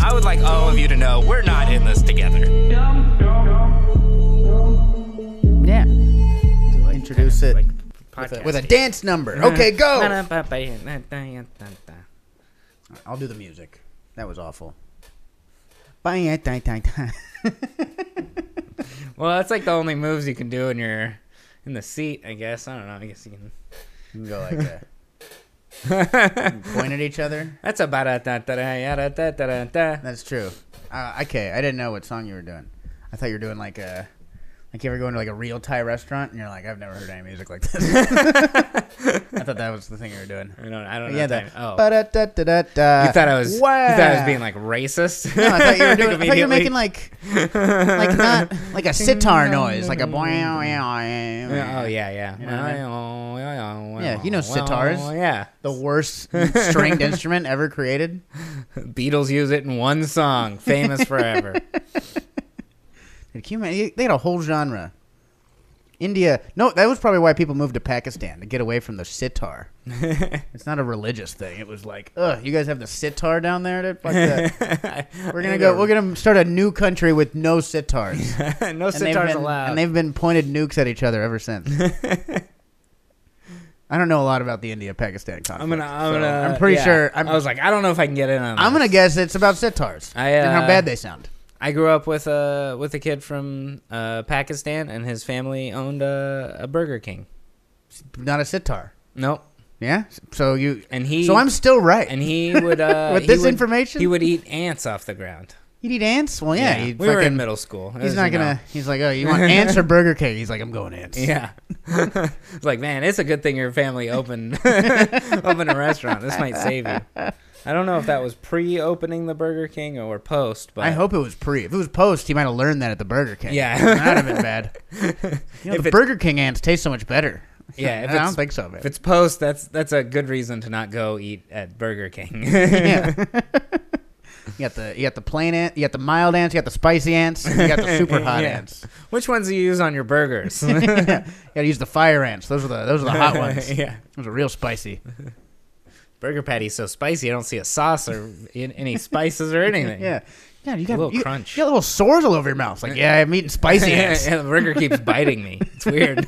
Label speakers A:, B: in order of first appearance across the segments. A: I would like all of you to know we're not in this together.
B: Yeah.
C: Introduce it
A: Like
C: with a,
A: podcast.
C: with a dance number. Okay, go.
A: go.
C: I'll do the music. That was awful. Bye.
A: Well, that's like the only moves you can do in your in the seat, I guess. I don't know. I guess you
C: You can go like that.
A: can.
C: Point at each other.
A: that's a ba da da da da da da da da.
C: That's true. Uh, okay, I didn't know what song you were doing. I thought you were doing like a, like you ever go into like a real Thai restaurant and you're like, I've never heard any music like this. I thought that was the thing you were doing.
A: I don't. I don't know.
C: Yeah,
A: that.
C: that.
A: Oh,
C: ba-da-da-da-da-da.
A: you thought I was.
C: Wow.
A: You thought I was being like racist.
C: No, I thought you were doing. I thought you were
A: Immediately.
C: making like, like not like a sitar noise, like a. Yeah,
A: Oh yeah, yeah.
C: You know what I
A: Yeah,
C: Yeah, you know sitars.
A: Yeah,
C: The worst stringed instrument ever created.
A: Beatles use it in one song, famous forever.
C: Dude, can you imagine- They had a whole genre. India. No, that was probably why people moved to Pakistan to get away from the sitar. it's not a religious thing. It was like, ugh, you guys have the sitar down there. Dude? Fuck that. We're gonna go. We're gonna start a new country with no sitars.
A: gonna. no
C: And they've
A: sitars
C: been-
A: allowed.
C: And they've been pointed nukes at each other ever since. I don't know a lot about the India-Pakistan conflict.
A: I'm gonna. I'm
C: so
A: gonna.
C: I'm pretty
A: yeah.
C: sure. I'm,
A: I was like, I don't know if I can get in on. This.
C: I'm gonna guess it's about sitars
A: I,
C: and
A: uh,
C: how bad they sound.
A: I grew up with a with a kid from uh, Pakistan, and his family owned a, a Burger King.
C: Not a sitar.
A: Nope.
C: Yeah. So you.
A: And he.
C: so I'm still right.
A: And he would. Uh,
C: With
A: he
C: this
A: would-
C: information?
A: he would eat ants off the ground.
C: He'd eat ants. Well, yeah. he'd
A: we were in
C: fucking-
A: middle school. It
C: He's
A: was,
C: not
A: you know,
C: gonna. He's like, oh, you want ants or Burger King? He's like, I'm going ants.
A: Yeah. it's like, man, it's a good thing your family opened opened a restaurant. This might save you. I don't know if that was pre opening the Burger King or post, but
C: I hope it was pre. If it was post, he might have learned that at the Burger King.
A: Yeah.
C: that'd have been bad. You know,
A: If
C: the
A: it's-
C: Burger King ants taste so much better.
A: Yeah, if
C: I
A: it's-
C: don't think so, man.
A: if it's post, that's that's a good reason to not go eat at Burger King.
C: Yeah. you got the you got the plain ant, you got the mild ants, you got the spicy ants, you got the super hot
A: Yeah.
C: ants.
A: Which ones do you use on your burgers?
C: yeah. You gotta use the fire ants. Those are the those are the hot ones.
A: yeah.
C: Those are real spicy.
A: Burger patty's so spicy, I don't see a sauce or in, any spices or anything.
C: Yeah. Yeah, you got
A: little
C: you,
A: crunch.
C: You got little sores all over your mouth. It's like, yeah, I'm eating spicy ants.
A: yeah, the burger keeps biting me. It's weird.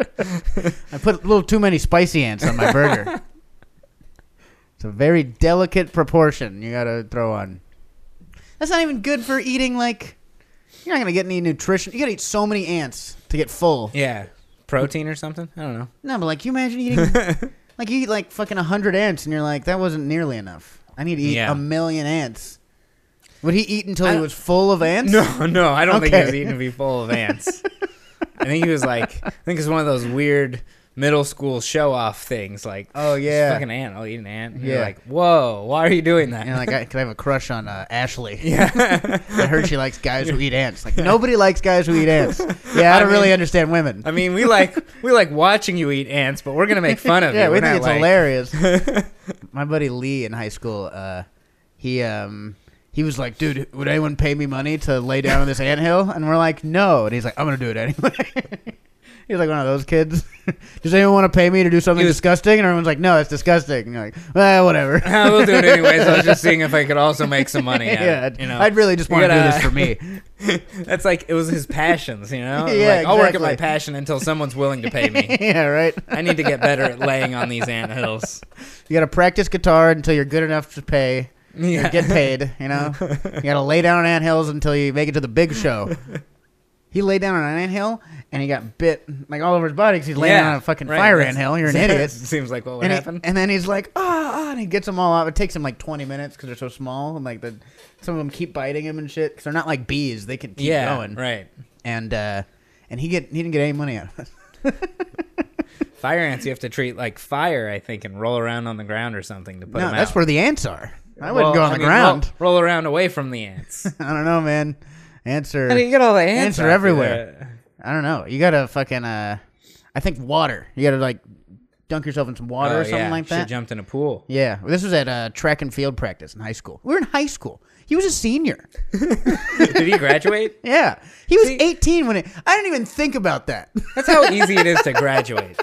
C: I put a little too many spicy ants on my burger. it's a very delicate proportion you gotta throw on. That's not even good for eating like you're not gonna get any nutrition. You gotta eat so many ants to get full.
A: yeah. Protein or something? I don't know.
C: No, but like you imagine eating like you eat like fucking hundred ants and you're like, that wasn't nearly enough. I need to eat
A: Yeah.
C: a million ants. Would he eat until
A: I
C: he
A: don't-
C: was full of ants?
A: No, no, I don't think he was
C: Okay.
A: eating to be full of ants. I think he was like, I think it's one of those weird middle school show off things. Like,
C: Oh,
A: "Just
C: yeah.
A: fucking ant. I'll eat an ant. And You're
C: Yeah.
A: like, whoa, why are you doing that?
C: And like I could have a crush on uh, Ashley.
A: yeah.
C: I heard she likes guys who eat ants. Like nobody likes guys who eat ants. Yeah,
A: I
C: I don't really
A: mean-
C: understand women.
A: I mean, we like we like watching you eat ants, but we're gonna make fun of you.
C: yeah, we
A: We're
C: think
A: not
C: it's
A: like-
C: hilarious. My buddy Lee in high school, uh, he um he was like, dude, would anyone pay me money to lay down on this anthill? And we're like, no. And he's like, I'm gonna do it anyway. he's like one of those kids. Does anyone want to pay me to do something
A: He was-
C: disgusting? And everyone's like, no, it's disgusting. And you're like, well, whatever.
A: Ah, we'll do it anyways. I was just seeing if I could also make some money. Out
C: yeah,
A: of it, you know,
C: I'd really just
A: You
C: want to do
A: gotta-
C: this for me.
A: That's like it was his passions, you know.
C: Yeah,
A: like, I'll work at my
C: exactly.
A: passion until someone's willing to pay me.
C: yeah, right.
A: I need to get better at laying on these ant hills.
C: You gotta practice guitar until you're good enough to pay.
A: Yeah.
C: Get paid, you know. you gotta lay down on anthills until you make it to the big show. He laid down on an anthill and he got bit like all over his body because he's laying
A: Yeah,
C: on a fucking
A: right,
C: fire
A: that's-
C: anthill. You're an idiot.
A: Seems like what would
C: and, he-
A: happen.
C: and then he's like, ah, ah, and he gets them all out. It takes him like 20 minutes because they're so small. And like the, some of them keep biting him and shit because they're not like bees. They can keep
A: yeah,
C: going.
A: right.
C: And uh, and he get he didn't get any money out of it.
A: Fire ants you have to treat like fire, I think, and roll around on the ground or something to put
C: No,
A: them
C: that's
A: out.
C: where the ants are. I wouldn't
A: Well,
C: go on
A: I
C: the
A: mean,
C: ground.
A: Roll, roll around away from the ants.
C: I don't know, man. Ants are.
A: How do you get all the
C: Ants
A: ants?
C: are
A: off you
C: everywhere.
A: there?
C: I don't know. You gotta fucking uh, I think water. You gotta like dunk yourself in some water
A: Oh,
C: or something
A: yeah.
C: like
A: Should've
C: that.
A: jumped in a pool.
C: Yeah, Well, this was at uh, track and field practice in high school. We were in high school. He was a senior.
A: Did he graduate?
C: Yeah, he was
A: See-
C: 18 when it. I didn't even think about that.
A: That's how easy it is to graduate.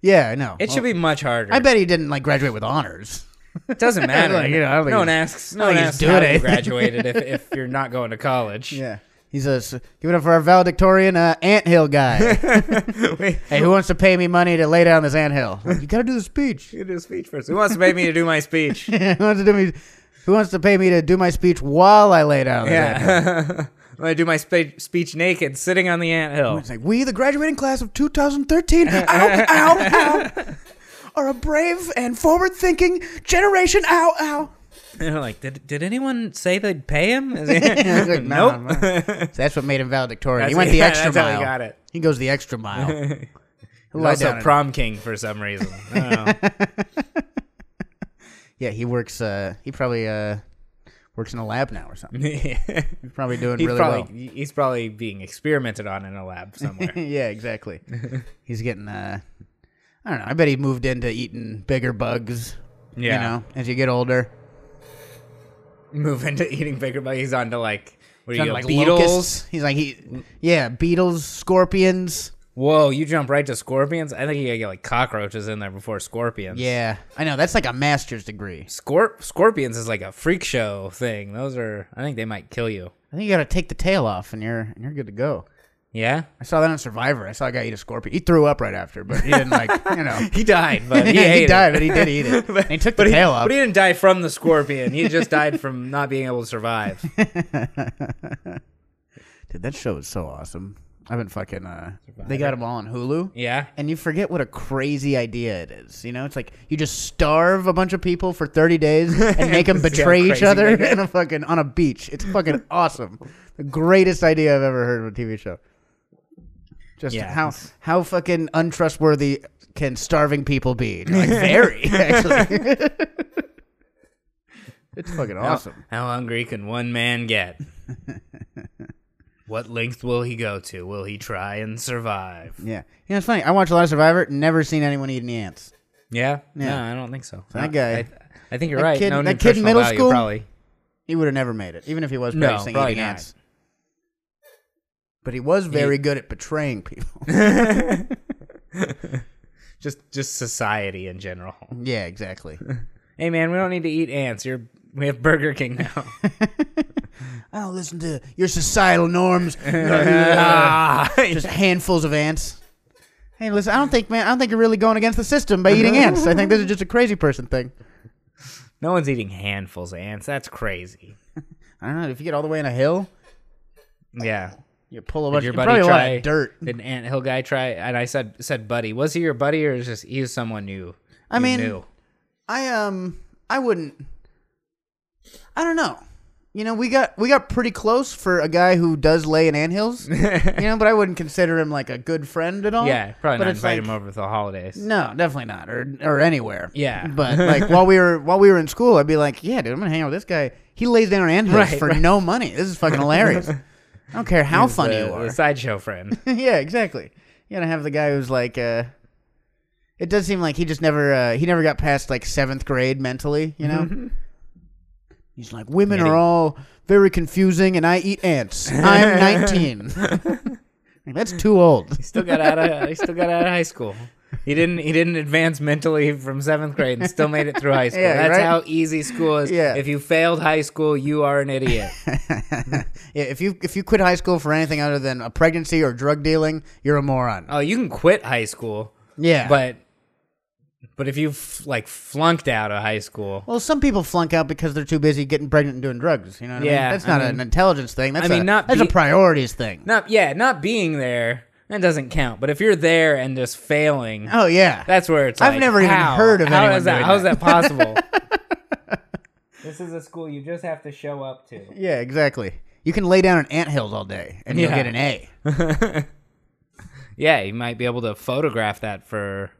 C: yeah, I know.
A: It should be much harder.
C: I bet he didn't like graduate with honors.
A: It doesn't matter.
C: Like, you know, I don't think
A: no one
C: he's-
A: asks. No
C: I
A: one
C: don't think
A: asks
C: he's
A: how
C: doing
A: you
C: it.
A: graduated if, if you're not going to college.
C: Yeah. He's a s- give it up for our valedictorian uh, anthill guy.
A: Wait,
C: hey, who wants to pay me money to lay down this anthill? Like, you gotta do the speech.
A: you do a speech first. Who wants to pay me to do my speech?
C: who wants to do me? Who wants to pay me to do my speech while I lay down? this anthill?
A: yeah. I'm going to do my spe- speech naked, sitting on the anthill.
C: It's like we, the graduating class of 2013, ow, ow, ow, are a brave and forward-thinking generation. Ow, ow.
A: And they're like, did, did anyone say they'd pay him? Is he-
C: It's like, nah,
A: nope.
C: nah. So that's what made him valedictorian.
A: That's-
C: he went the
A: yeah,
C: extra
A: that's how
C: mile.
A: he got it.
C: He goes the extra mile.
A: He's
C: Lie down
A: also
C: and-
A: prom king for some reason. I don't know.
C: yeah, he works. Uh, he probably uh, works in a lab now or something.
A: he's
C: He's probably doing really
A: probably he's probably being experimented on in a lab somewhere.
C: well. yeah, exactly. He's getting. Uh, I don't know. I bet he moved into eating bigger bugs.
A: yeah,
C: You know, as you get older.
A: move into eating bigger bugs. He's onto like what
C: He's
A: are you
C: on,
A: like
C: like
A: beetles?
C: locusts. He's like he,
A: Mm.
C: yeah, beetles, scorpions.
A: Whoa, you jump right to scorpions. I think you gotta get like cockroaches in there before scorpions.
C: Yeah, I know. That's like a master's degree.
A: Scorp- scorpions is like a freak show thing. Those are I think they might kill you.
C: I think you got to take the tail off, and you're and you're good to go.
A: Yeah,
C: I saw that on Survivor. I saw a guy eat a scorpion. He threw up right after, but he didn't like you know.
A: he died, but he,
C: Yeah,
A: ate it.
C: died, but he did eat it. and he took the
A: But he,
C: tail off.
A: but he didn't die from the scorpion. He just died from not being able to survive.
C: Dude, that show is so awesome. I've been fucking. Uh, they got them all on Hulu.
A: Yeah.
C: And you forget what a crazy idea it is. You know, it's like you just starve a bunch of people for 30 days and make them
A: See how
C: betray each
A: crazy
C: other
A: they
C: in a fucking on a beach. It's fucking awesome. The greatest idea I've ever heard of a TV show. Just
A: Yeah.
C: how how fucking untrustworthy can starving people be? Like very actually. it's fucking awesome.
A: How hungry can one man get? what length will he go to? Will he try and survive?
C: Yeah. You know, it's funny. I watch a lot of Survivor. Never seen anyone eat any ants.
A: Yeah.
C: Yeah.
A: No, I don't think so.
C: That
A: No,
C: guy-
A: I, I think you're
C: that
A: right.
C: kid-
A: no
C: that kid in
A: nutritional
C: middle
A: value,
C: school?
A: probably.
C: He would have never made it, even if he was
A: No,
C: practicing
A: probably
C: eating
A: not.
C: ants. But he was very good at betraying people.
A: Just just society in general.
C: yeah, exactly.
A: Hey man, we don't need to eat ants. You're we have Burger King now.
C: I don't listen to your societal norms. uh,
A: Ah.
C: Just handfuls of ants. Hey, listen, I don't think, man, I don't think you're really going against the system by eating ants. I think this is just a crazy person thing.
A: no one's eating handfuls of ants. That's crazy.
C: I don't know. If you get all the way in a hill,
A: Yeah.
C: you pull a bunch.
A: your
C: Of,
A: buddy
C: probably a lot
A: try-
C: of dirt.
A: Did an ant hill guy try? And I said said buddy. Was he your buddy or is just he was someone you?
C: I
A: you
C: mean,
A: knew?
C: I um I wouldn't I don't know. You know, we got we got pretty close for a guy who does lay in anthills. you know, but I wouldn't consider him like a good friend at all.
A: Yeah, probably
C: but
A: not
C: it's
A: invite
C: like-
A: him over for the holidays.
C: No, definitely not. Or or anywhere.
A: Yeah.
C: But like while we were while we were in school, I'd be like, Yeah, dude, I'm gonna hang out with this guy. He lays down in anthills
A: Right,
C: for
A: right.
C: no money. This is fucking hilarious. I don't care how funny
A: the,
C: you are.
A: the sideshow friend.
C: yeah, exactly. You gotta have the guy who's like, uh, it does seem like he just never, uh, he never got past like seventh grade mentally, you know? He's like, women
A: Mm-hmm. Yeah,
C: are
A: he-
C: all very confusing and I eat ants. I'm 19. Like, That's too old.
A: He still got out of he still got out of high school. He didn't he didn't advance mentally from seventh grade and still made it through high school.
C: Yeah,
A: That's
C: right?
A: how easy school is.
C: Yeah.
A: If you failed high school, you are an idiot.
C: yeah, if you if you quit high school for anything other than a pregnancy or drug dealing, you're a moron.
A: oh, you can quit high school,
C: yeah,
A: but but if you have like flunked out of high school,
C: well, some people flunk out because they're too busy getting pregnant and doing drugs. You know, what I mean?
A: Yeah,
C: that's
A: I
C: not
A: mean-
C: an intelligence thing. That's
A: mean,
C: a,
A: not
C: that's a
A: be-
C: priorities thing.
A: not yeah, not being there that doesn't count. But if you're there and just failing,
C: Oh yeah,
A: That's where it's.
C: I've
A: like,
C: never even
A: how?
C: heard of
A: how
C: anyone
A: is that.
C: doing
A: How is that possible? this is a school you just have to show up to.
C: Yeah, exactly. You can lay down in anthills all day and you'll
A: Yeah.
C: get an A.
A: Yeah, you might be able to photograph that for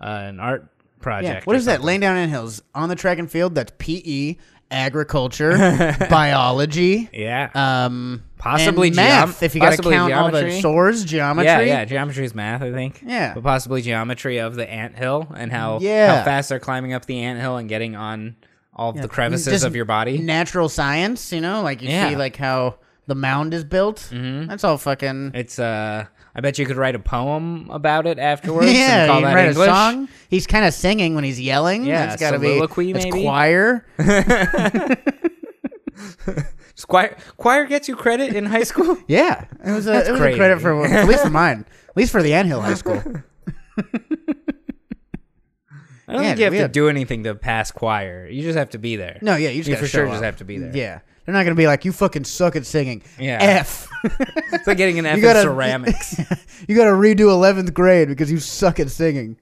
A: uh, an art project.
C: What
A: or
C: is that? Laying down anthills on the track and field? That's PE, agriculture, biology,
A: something. Yeah.
C: um,
A: Possibly
C: and math.
A: geom-
C: if you got to
A: possibly
C: count all the
A: geometry.
C: sores, geometry.
A: yeah, yeah. Geometry is math, I think.
C: Yeah.
A: But possibly geometry of the anthill and how,
C: Yeah.
A: how fast they're climbing up the anthill and getting on all of the crevices
C: Just
A: of your body.
C: Natural science, you know, like you
A: Yeah. Mm-hmm.
C: see like how the mound is built. That's all fucking.
A: It's uh, I bet you could write a poem about it afterwards.
C: Yeah,
A: and call
C: you
A: that
C: write
A: English.
C: a song. He's kind of singing when he's yelling.
A: Yeah,
C: it's gotta
A: soliloquy,
C: be it's
A: maybe?
C: choir.
A: Does Choir, choir gets you credit in high school.
C: Yeah, it was a, it was a
A: crazy.
C: credit for at least for mine, at least for the Anhill High School.
A: I
C: Yeah,
A: don't think you have
C: we
A: to
C: had-
A: do anything to pass choir. You just have to be there.
C: No, yeah, you just
A: You
C: gotta
A: for sure
C: show
A: just
C: up.
A: have to be there.
C: Yeah, they're not gonna be like you fucking suck at singing.
A: Yeah.
C: F.
A: it's like getting an F
C: gotta-
A: in ceramics.
C: you got to redo eleventh grade because you suck at singing.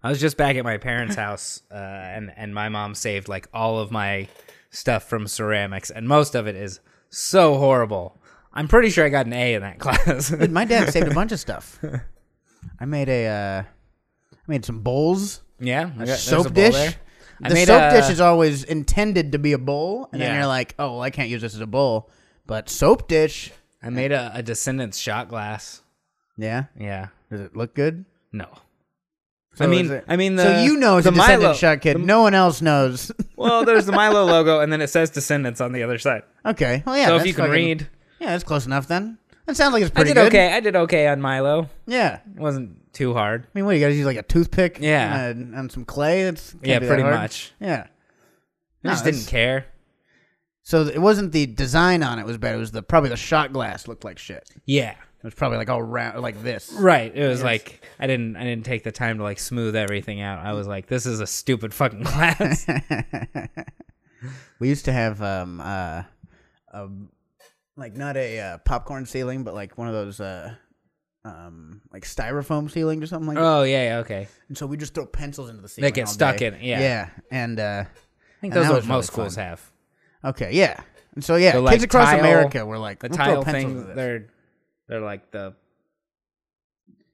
A: I was just back at my parents' house, uh, and and my mom saved like all of my stuff from ceramics, and most of it is so horrible. I'm pretty sure I got an A in that class.
C: Dude, my dad saved a bunch of stuff. I made a, uh, I made some bowls,
A: yeah, I got- there's a
C: soap
A: bowl
C: dish.
A: there. I
C: The
A: made
C: soap
A: a-
C: dish is always intended to be a bowl, and then
A: Yeah.
C: you're like, oh, well, I can't use this as a bowl, but soap dish.
A: I made a, a Descendants shot glass.
C: Yeah,
A: Yeah,
C: does it look good?
A: no.
C: So
A: I mean,
C: is it-
A: I mean the
C: so you know it's
A: the
C: a Descendant
A: Milo
C: Shot Kid. no one else knows.
A: well, there's the Milo logo, and then it says Descendants on the other side.
C: okay, well, yeah.
A: so if
C: that's
A: you can
C: fucking-
A: read,
C: yeah, that's close enough. Then that sounds like it's
A: I
C: pretty
A: did
C: good.
A: okay. I did okay on Milo.
C: Yeah,
A: It wasn't too hard.
C: I mean, what you got to use like a toothpick?
A: Yeah.
C: and, and some clay. That's can't
A: Yeah,
C: be that
A: pretty
C: hard.
A: much.
C: Yeah.
A: I
C: No,
A: just
C: that's-
A: didn't care.
C: So it wasn't the design on it was bad. It was the probably the shot glass looked like shit. It
A: Yeah.
C: was probably like all round like this.
A: Right. It was like I didn't I didn't take the time to like smooth everything out. I was like, this is a stupid fucking class.
C: We used to have um uh a like not a uh, popcorn ceiling, but like one of those uh um like styrofoam ceiling or something like that.
A: oh yeah, yeah, okay.
C: And so we just throw pencils into the ceiling.
A: They get
C: all
A: stuck
C: day.
A: in it, yeah.
C: Yeah. And uh
A: I
C: And
A: think those
C: that was
A: are what
C: really
A: most schools
C: fun.
A: have.
C: okay, yeah. And so yeah,
A: The,
C: kids
A: like,
C: across
A: tile-
C: America were like
A: The
C: "We'll throw
A: tile
C: pencils into
A: thing
C: this."
A: they're they're like the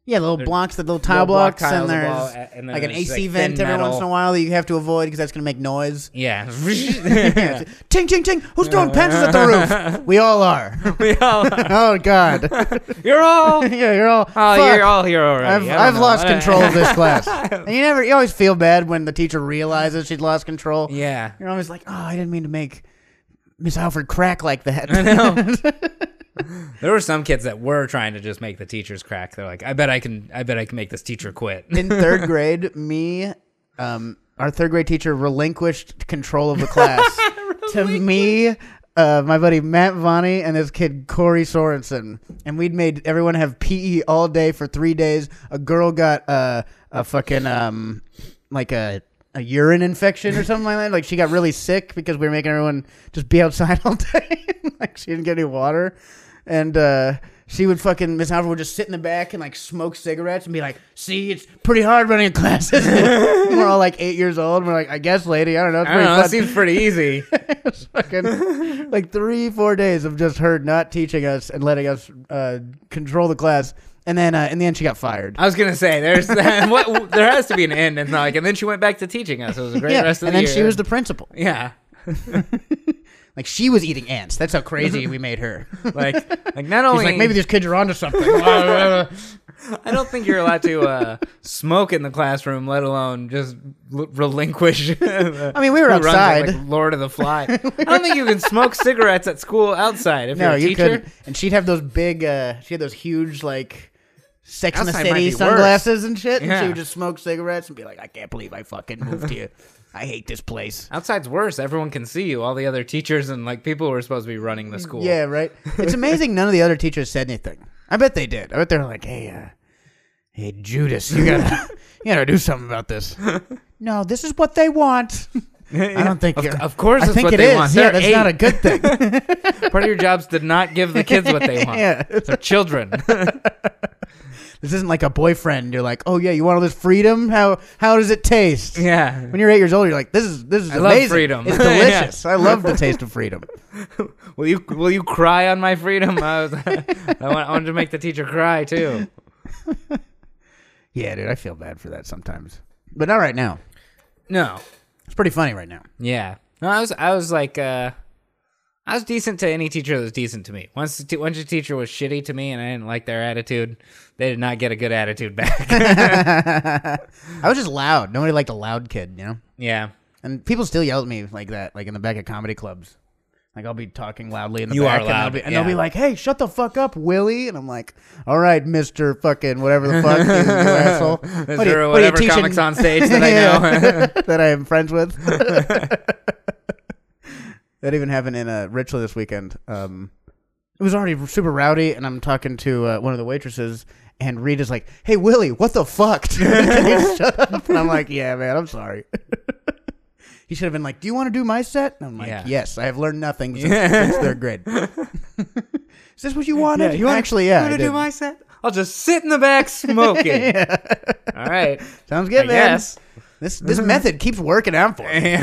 C: Yeah, the little blocks, the little tile
A: block
C: blocks, and
A: tiles
C: there's
A: above, a- and then
C: like an
A: there's,
C: AC
A: like,
C: vent
A: thin
C: every once in
A: metal.
C: a while that you have to avoid because that's going to make noise.
A: Yeah.
C: Ting, ting, ting. Who's throwing pencils at the roof? We all are.
A: We all-
C: oh, God.
A: you're all
C: yeah, you're all.
A: Oh,
C: fuck.
A: you're all here already. I
C: I've,
A: don't
C: I've
A: know.
C: lost
A: I don't-
C: control of this class. and you never, you always feel bad when the teacher realizes she's lost control.
A: Yeah.
C: You're always like, oh, I didn't mean to make Miss Alfred crack like that.
A: There were some kids that were trying to just make the teachers crack. They're like, I bet I can I bet I can make this teacher quit.
C: in third grade, me, um, our third grade teacher relinquished control of the class to me, uh, my buddy Matt Vonnie, and this kid Corey Sorensen, and we'd made everyone have PE all day for three days. A girl got uh, a fucking um, like a. A urine infection or something like that. Like she got really sick because we were making everyone just be outside all day. like she didn't get any water, and uh, she would fucking Miss Alfred would just sit in the back and like smoke cigarettes and be like, "See, it's pretty hard running classes." And we're all like eight years old. And we're like, "I guess, lady, I don't know." It's
A: I don't
C: pretty
A: know, that
C: fun."
A: seems pretty easy.
C: fucking like three, four days of just her not teaching us and letting us uh, control the class. And then uh, in the end, she got fired.
A: I was gonna say there's what there has to be an end and like and then she went back to teaching us. It was a great
C: yeah,
A: rest of
C: and
A: the
C: then
A: year.
C: she was the principal.
A: yeah.
C: Like she was eating ants. That's how crazy we made her.
A: Like like not only
C: It's like maybe these kids are onto something. yeah,
A: I don't think you're allowed to uh, smoke in the classroom, let alone just l- relinquish. I
C: mean, we were outside.
A: like Lord of the Fly. I don't think you can smoke cigarettes at school outside if
C: no,
A: you're a
C: you
A: teacher.
C: couldn't. And she'd have those big. Uh, she had those huge like. Sex in the
A: Outside might
C: City
A: be worse.
C: sunglasses and shit, and she
A: Yeah.
C: would just smoke cigarettes and be like, "I can't believe I fucking moved here. I hate this place."
A: Outside's worse. Everyone can see you. All the other teachers and like people who are supposed to be running the school.
C: Yeah, right. It's amazing none of the other teachers said anything. I bet they did. I bet they're like, "Hey, uh, hey, Judas, you gotta, you gotta do something about this." no, this is what they want. I don't think.
A: Of,
C: you're-
A: of course,
C: I
A: it's
C: think
A: what
C: it
A: they
C: is.
A: want.
C: Yeah,
A: They're
C: that's
A: eight.
C: not a good thing.
A: Part of your jobs to not give the kids what they want.
C: yeah,
A: They're children.
C: this isn't like a boyfriend. You're like, "Oh yeah, you want all this freedom? How how does it taste?"
A: yeah.
C: When you're eight years old, you're like, "This is this is
A: love
C: amazing.
A: freedom."
C: It's
A: Yeah.
C: delicious. I love the taste of freedom."
A: Will you will you cry on my freedom? I, was, I, want, I wanted to make the teacher cry too.
C: Yeah, dude, I feel bad for that sometimes, but not right now.
A: No.
C: It's pretty funny right now.
A: Yeah. No, I was I was like uh I was decent to any teacher that was decent to me. Once the t- once your teacher was shitty to me and I didn't like their attitude, they did not get a good attitude back.
C: I was just loud. Nobody liked a loud kid, you know.
A: yeah.
C: And people still yell at me like that, like in the back of comedy clubs. Like I'll be talking loudly in the
A: You
C: back,
A: are
C: and, they'll
A: loud,
C: be, and they'll be
A: yeah.
C: like, "Hey, shut the fuck up, Willie!" And I'm like, "All right, Mister Fucking whatever the fuck, you, you asshole."
A: Is
C: What are you-
A: there
C: what are you
A: whatever
C: teaching-
A: comics on stage that I know?
C: Yeah. that I am friends with. that even happened in a ritual this weekend. Um, it was already super rowdy, and I'm talking to uh, one of the waitresses, and Rita's like, "Hey Willie, what the fuck? Can you shut up?" And I'm like, "Yeah, man, I'm sorry." he should have been like, "Do you want to do my set?" And I'm like,
A: Yeah.
C: "Yes, I have learned nothing since, since third grade." Is this what you wanted? you actually, yeah. I
A: to
C: did.
A: do my set? I'll just sit in the back smoking. All right.
C: Sounds good, man.
A: I guess.
C: This this method keeps working out for me.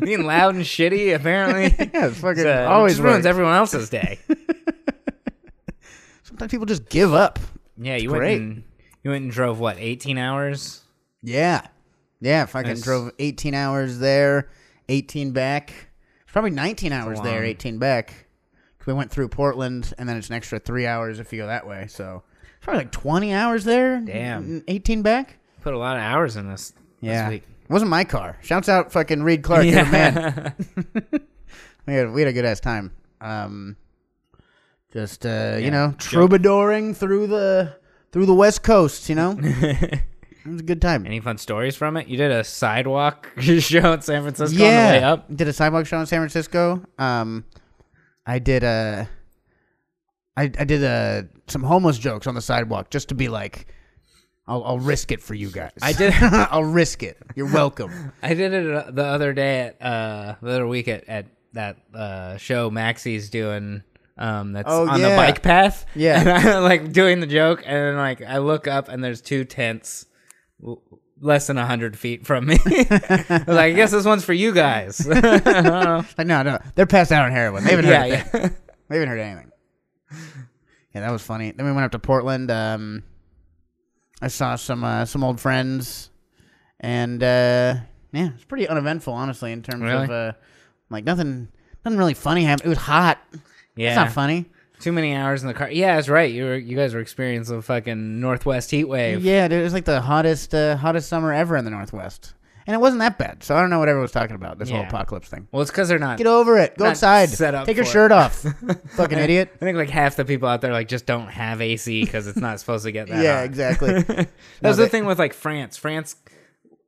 A: Being loud and shitty apparently
C: Yeah, it's fucking
A: uh,
C: always
A: just ruins
C: works.
A: everyone else's day.
C: Sometimes people just give up.
A: Yeah, you went
C: great.
A: and you went and drove what eighteen hours.
C: Yeah. Yeah, fucking
A: Nice.
C: drove 18 hours there, 18 back. It's probably 19 hours there,
A: long.
C: 18 back. 'Cause We went through Portland, and then it's an extra three hours if you go that way. So probably like 20 hours there.
A: Damn.
C: and 18 back.
A: Put a lot of hours in this.
C: Yeah.
A: This week.
C: Wasn't my car. Shouts out fucking Reed Clark. Yeah.
A: Yeah.
C: man. We had, we had a good ass time. Um, just, uh, you know, troubadouring through the through the West Coast, you know? it was a good time.
A: Any fun stories from it? You did a sidewalk show in San Francisco on the way up.
C: Did a sidewalk show in San Francisco. Um, I did a, I I did a some homeless jokes on the sidewalk just to be like, I'll I'll risk it for you guys.
A: I did-
C: I'll risk it. You're welcome.
A: I did it uh, the other day at uh, the other week at, at that uh, show Maxie's doing. Um, that's
C: Oh,
A: on
C: yeah.
A: the bike path.
C: Yeah.
A: and I'm like doing the joke, and then like I look up and there's two tents, w- less than hundred feet from me. I was like, I guess this one's for you guys.
C: Like no no, they're passed out on heroin. They haven't heard
A: yeah,
C: a thing.
A: yeah.
C: They haven't heard anything. Yeah, that was funny. Then we went up to Portland. Um, I saw some uh, some old friends, and uh, yeah, it's pretty uneventful, honestly, in terms
A: Really?
C: of uh, like nothing nothing really funny happened. It was hot.
A: yeah.
C: It's not funny.
A: Too many hours in the car. Yeah, that's right. You were you guys were experiencing the fucking northwest heat wave.
C: Yeah, dude, it was like the hottest uh, hottest summer ever in the Northwest, and it wasn't that bad. So I don't know what everyone was talking about this whole
A: Yeah.
C: apocalypse thing.
A: Well, it's because they're not.
C: Get over it. Go
A: Not
C: outside.
A: set up
C: Take your
A: for it.
C: shirt off. Fucking idiot.
A: I think like half the people out there like just don't have AC because it's not supposed to get that.
C: Yeah,
A: hot.
C: exactly.
A: That was
C: No,
A: the
C: they-
A: thing with like France. France,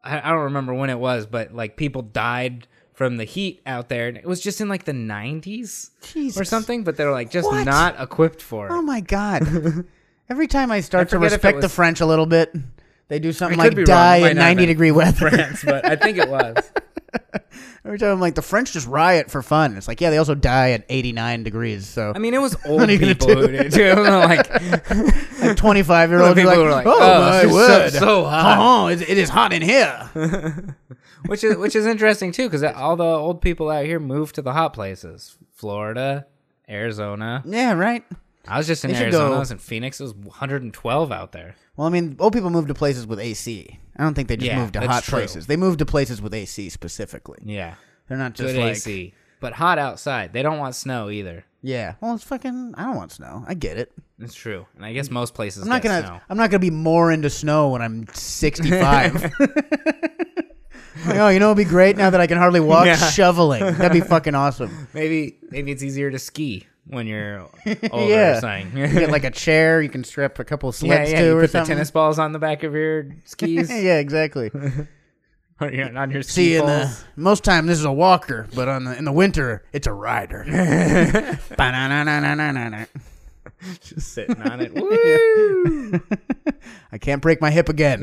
A: I, I don't remember when it was, but like people died from the heat out there, and it was just in like the nineties or
C: Jesus.
A: something. But they're like just
C: What?
A: not equipped for it.
C: Oh my god! Every time I start to
A: forget if it
C: respect the
A: was-
C: French a little bit, they do something
A: I could
C: like
A: be wrong.
C: die
A: It might
C: in
A: not have
C: ninety
A: been
C: degree weather.
A: France, but I think it was.
C: Every time I'm like, the French just riot for fun. It's like, yeah, they also die at eighty nine degrees. So
A: I mean, it was old
C: are you gonna
A: people
C: do?
A: who did it too. like
C: like twenty five year
A: the
C: olds are
A: people
C: like,
A: who were like,
C: oh,
A: "Oh,
C: my
A: it's so-
C: word,
A: so hot."
C: Oh, it, it is hot in here.
A: which is which is interesting too, because all the old people out here moved to the hot places, Florida, Arizona.
C: yeah, right.
A: I was just in
C: They should
A: Arizona.
C: go-
A: I was in Phoenix. It was 112 out there.
C: Well, I mean, old people move to places with AC. I don't think they just
A: Yeah,
C: move to
A: that's
C: hot
A: true.
C: places. They move to places with AC specifically.
A: Yeah,
C: They're not just
A: good
C: like,
A: AC, but hot outside. They don't want snow either.
C: yeah. Well, it's fucking. I don't want snow. I get it.
A: It's true, and I guess most places.
C: I'm not
A: get
C: gonna.
A: Snow.
C: I'm not gonna be more into snow when I'm 65. Like, oh, you know, it'd be great now that I can hardly walk.
A: Yeah.
C: Shoveling, that'd be fucking awesome.
A: Maybe maybe it's easier to ski when you're older.
C: Yeah.
A: or something.
C: You get like a chair, you can strap a couple
A: yeah,
C: sleds
A: yeah.
C: to,
A: You
C: or
A: put the
C: something.
A: tennis balls on the back of your skis
C: yeah, exactly.
A: or your- on your ski
C: See, in the,
A: poles.
C: most time this is a walker, but on the in the winter it's a rider. Ba-na-na-na-na-na-na.
A: Just sitting on it. Woo!
C: I can't break my hip again.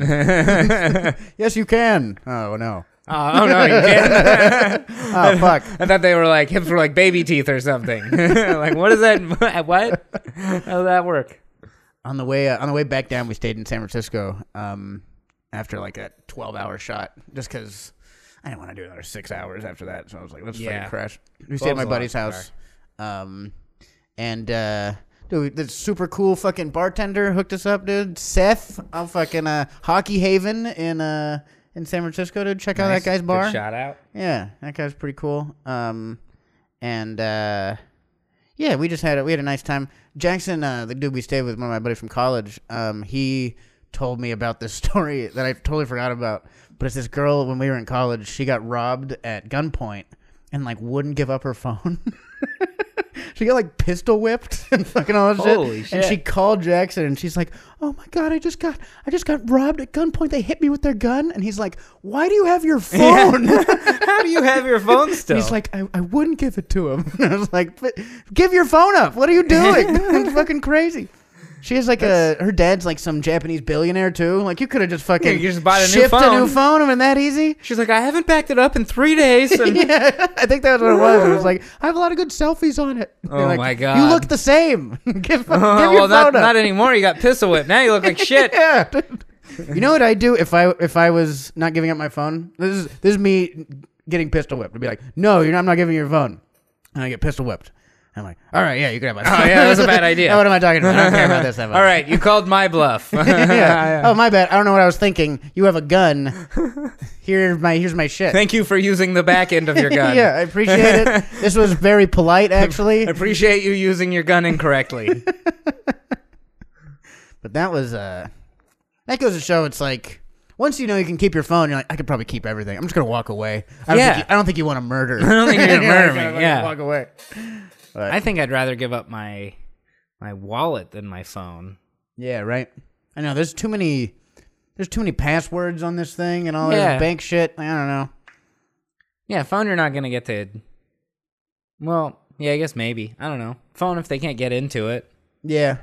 C: yes, you can. Oh no.
A: Oh, oh, no, you can't.
C: Oh fuck.
A: I thought they were like hips were like baby teeth or something. like what is that? What? How does that work?
C: on the way uh, on the way back down, we stayed in San Francisco. Um, after like a twelve hour shot, just because I didn't want to do another six hours after that, so I was like, let's
A: Yeah.
C: fucking crash. We stayed at
A: 12's
C: my
A: a lot
C: buddy's
A: to
C: house, um, and uh, dude, this super cool fucking bartender hooked us up, dude. Seth, on fucking uh, Hockey Haven in uh in San Francisco, dude. Check out that guy's
A: Good
C: bar.
A: shout out.
C: Yeah, that guy's pretty cool. Um, and uh, yeah, we just had a, we had a nice time. Jackson, uh, the dude we stayed with, one of my buddies from college, um, he told me about this story that I totally forgot about. But it's this girl when we were in college, she got robbed at gunpoint, and like wouldn't give up her phone. she got like pistol whipped and fucking all that shit.
A: Holy
C: And she
A: shit.
C: called Jackson and she's like, "Oh my god, I just got I just got robbed at gunpoint. They hit me with their gun." And he's like, "Why do you have your phone?"
A: How do you have your phone still?
C: And he's like, I, I wouldn't give it to him. And I was like, but give your phone up. What are you doing? That's fucking crazy. She has like a her dad's like some Japanese billionaire too. Like you could have just fucking
A: Yeah, you just bought a new
C: shipped a new
A: phone.
C: phone. I mean that easy.
A: she's like, I haven't backed it up in three days. And
C: Yeah, I think that's what it was. It was like I have a lot of good selfies on it. They're
A: Oh
C: like,
A: my God.
C: you look the same. give,
A: Oh,
C: give your
A: well,
C: phone
A: not,
C: up.
A: not anymore. You got pistol whipped. Now you look like shit.
C: yeah. you know what I do if I if I was not giving up my phone? This is this is me getting pistol whipped. I'd be like, no, you're not, I'm not giving you your phone, and I get pistol whipped. And I'm like, all right, yeah, you can have my.
A: Oh, yeah, that's a bad idea.
C: Now what am I talking about? I don't care about this. that much.
A: All right, you called my bluff.
C: yeah. Oh my bad. I don't know what I was thinking. You have a gun. Here's my here's my shit.
A: Thank you for using the back end of your gun.
C: yeah, I appreciate it. This was very polite, actually.
A: I appreciate you using your gun incorrectly.
C: But that was uh that goes to show it's like once you know you can keep your phone, you're like, I could probably keep everything. I'm just gonna walk away. I don't
A: Yeah.
C: think you, I don't think you want to murder. I
A: don't think you're gonna murder me, yeah.
C: walk away.
A: I think I'd rather give up my my wallet than my phone.
C: Yeah, right. I know. There's too many. There's too many passwords on this thing and all
A: Yeah.
C: this bank shit. I don't know.
A: Yeah, phone you're not gonna get to. Well, yeah, I guess maybe. I don't know. Phone if they can't get into it.
C: Yeah,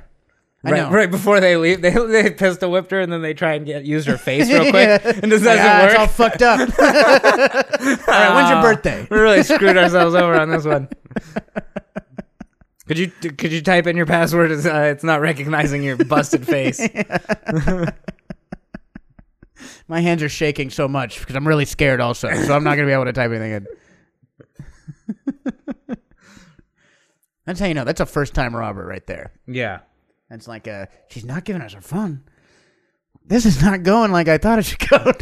C: I
A: right,
C: know.
A: right before they leave, they they pistol whipped her and then they try and get use her face real quick,
C: Yeah.
A: and this doesn't
C: Ah, It's all
A: work.
C: fucked up. all right, when's your
A: Oh,
C: birthday?
A: We really screwed ourselves over on this one. Could you could you type in your password? It's, uh, it's not recognizing your busted face.
C: My hands are shaking so much because I'm really scared. Also, so I'm not gonna be able to type anything in. That's how you know. That's a first time robber right there.
A: yeah.
C: It's like uh she's not giving us her phone. This is not going like I thought it should go.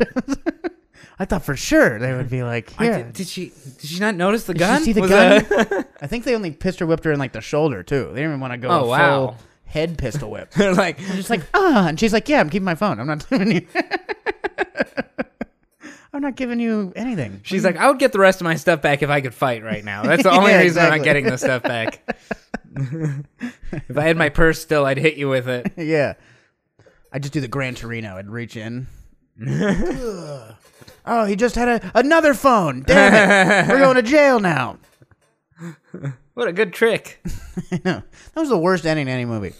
C: I thought for sure they would be like,
A: I
C: yeah.
A: did, did she did she not notice the
C: Did
A: gun?
C: you see the
A: Was
C: gun?
A: that-
C: I think they only pistol whipped her in like the shoulder too. They didn't even want to go
A: Oh,
C: a
A: wow.
C: full head pistol whip.
A: They're like,
C: Just like ah, and she's like, yeah, I'm keeping my phone. I'm not giving you. I'm not giving you anything.
A: she's like, I would get the rest of my stuff back if I could fight right now. That's the only
C: Yeah,
A: reason I'm
C: exactly.
A: not getting the stuff back. if I had my purse still, I'd hit you with it.
C: Yeah, I just do the Gran Torino and reach in. Ugh. oh, he just had a, another phone. Damn it, we're going to jail now.
A: What a good trick.
C: I know. That was the worst ending to any movie.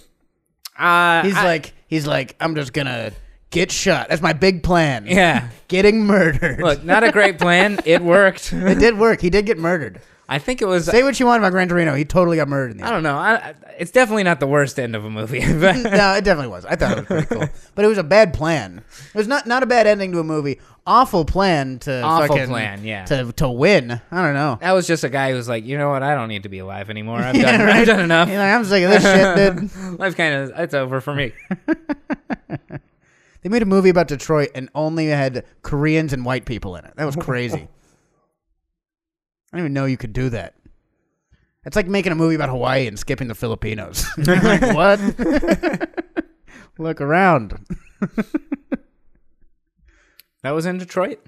A: Uh,
C: He's
A: I-
C: like, he's like, I'm just gonna get shot. That's my big plan.
A: yeah.
C: getting murdered.
A: Look, not a great plan. It worked.
C: it did work. He did get murdered.
A: I think it was.
C: Say what you want about Gran Torino, he totally got murdered in the
A: I
C: end.
A: don't know. I, I- it's definitely not the worst end of a movie. but
C: No, it definitely was. I thought it was pretty cool, but it was a bad plan. It was not not a bad ending to a movie. Awful plan to
A: Awful
C: fucking
A: plan, yeah.
C: to to win. I don't know.
A: that was just a guy who's like, you know what? I don't need to be alive anymore. I've done, I've done enough.
C: You know, I'm sick of this shit, dude.
A: Life kind of it's over for me.
C: They made a movie about Detroit and only had Koreans and white people in it. That was crazy. I didn't even know you could do that. It's like making a movie about Hawaii and skipping the Filipinos. like, what? Look around.
A: That was in Detroit.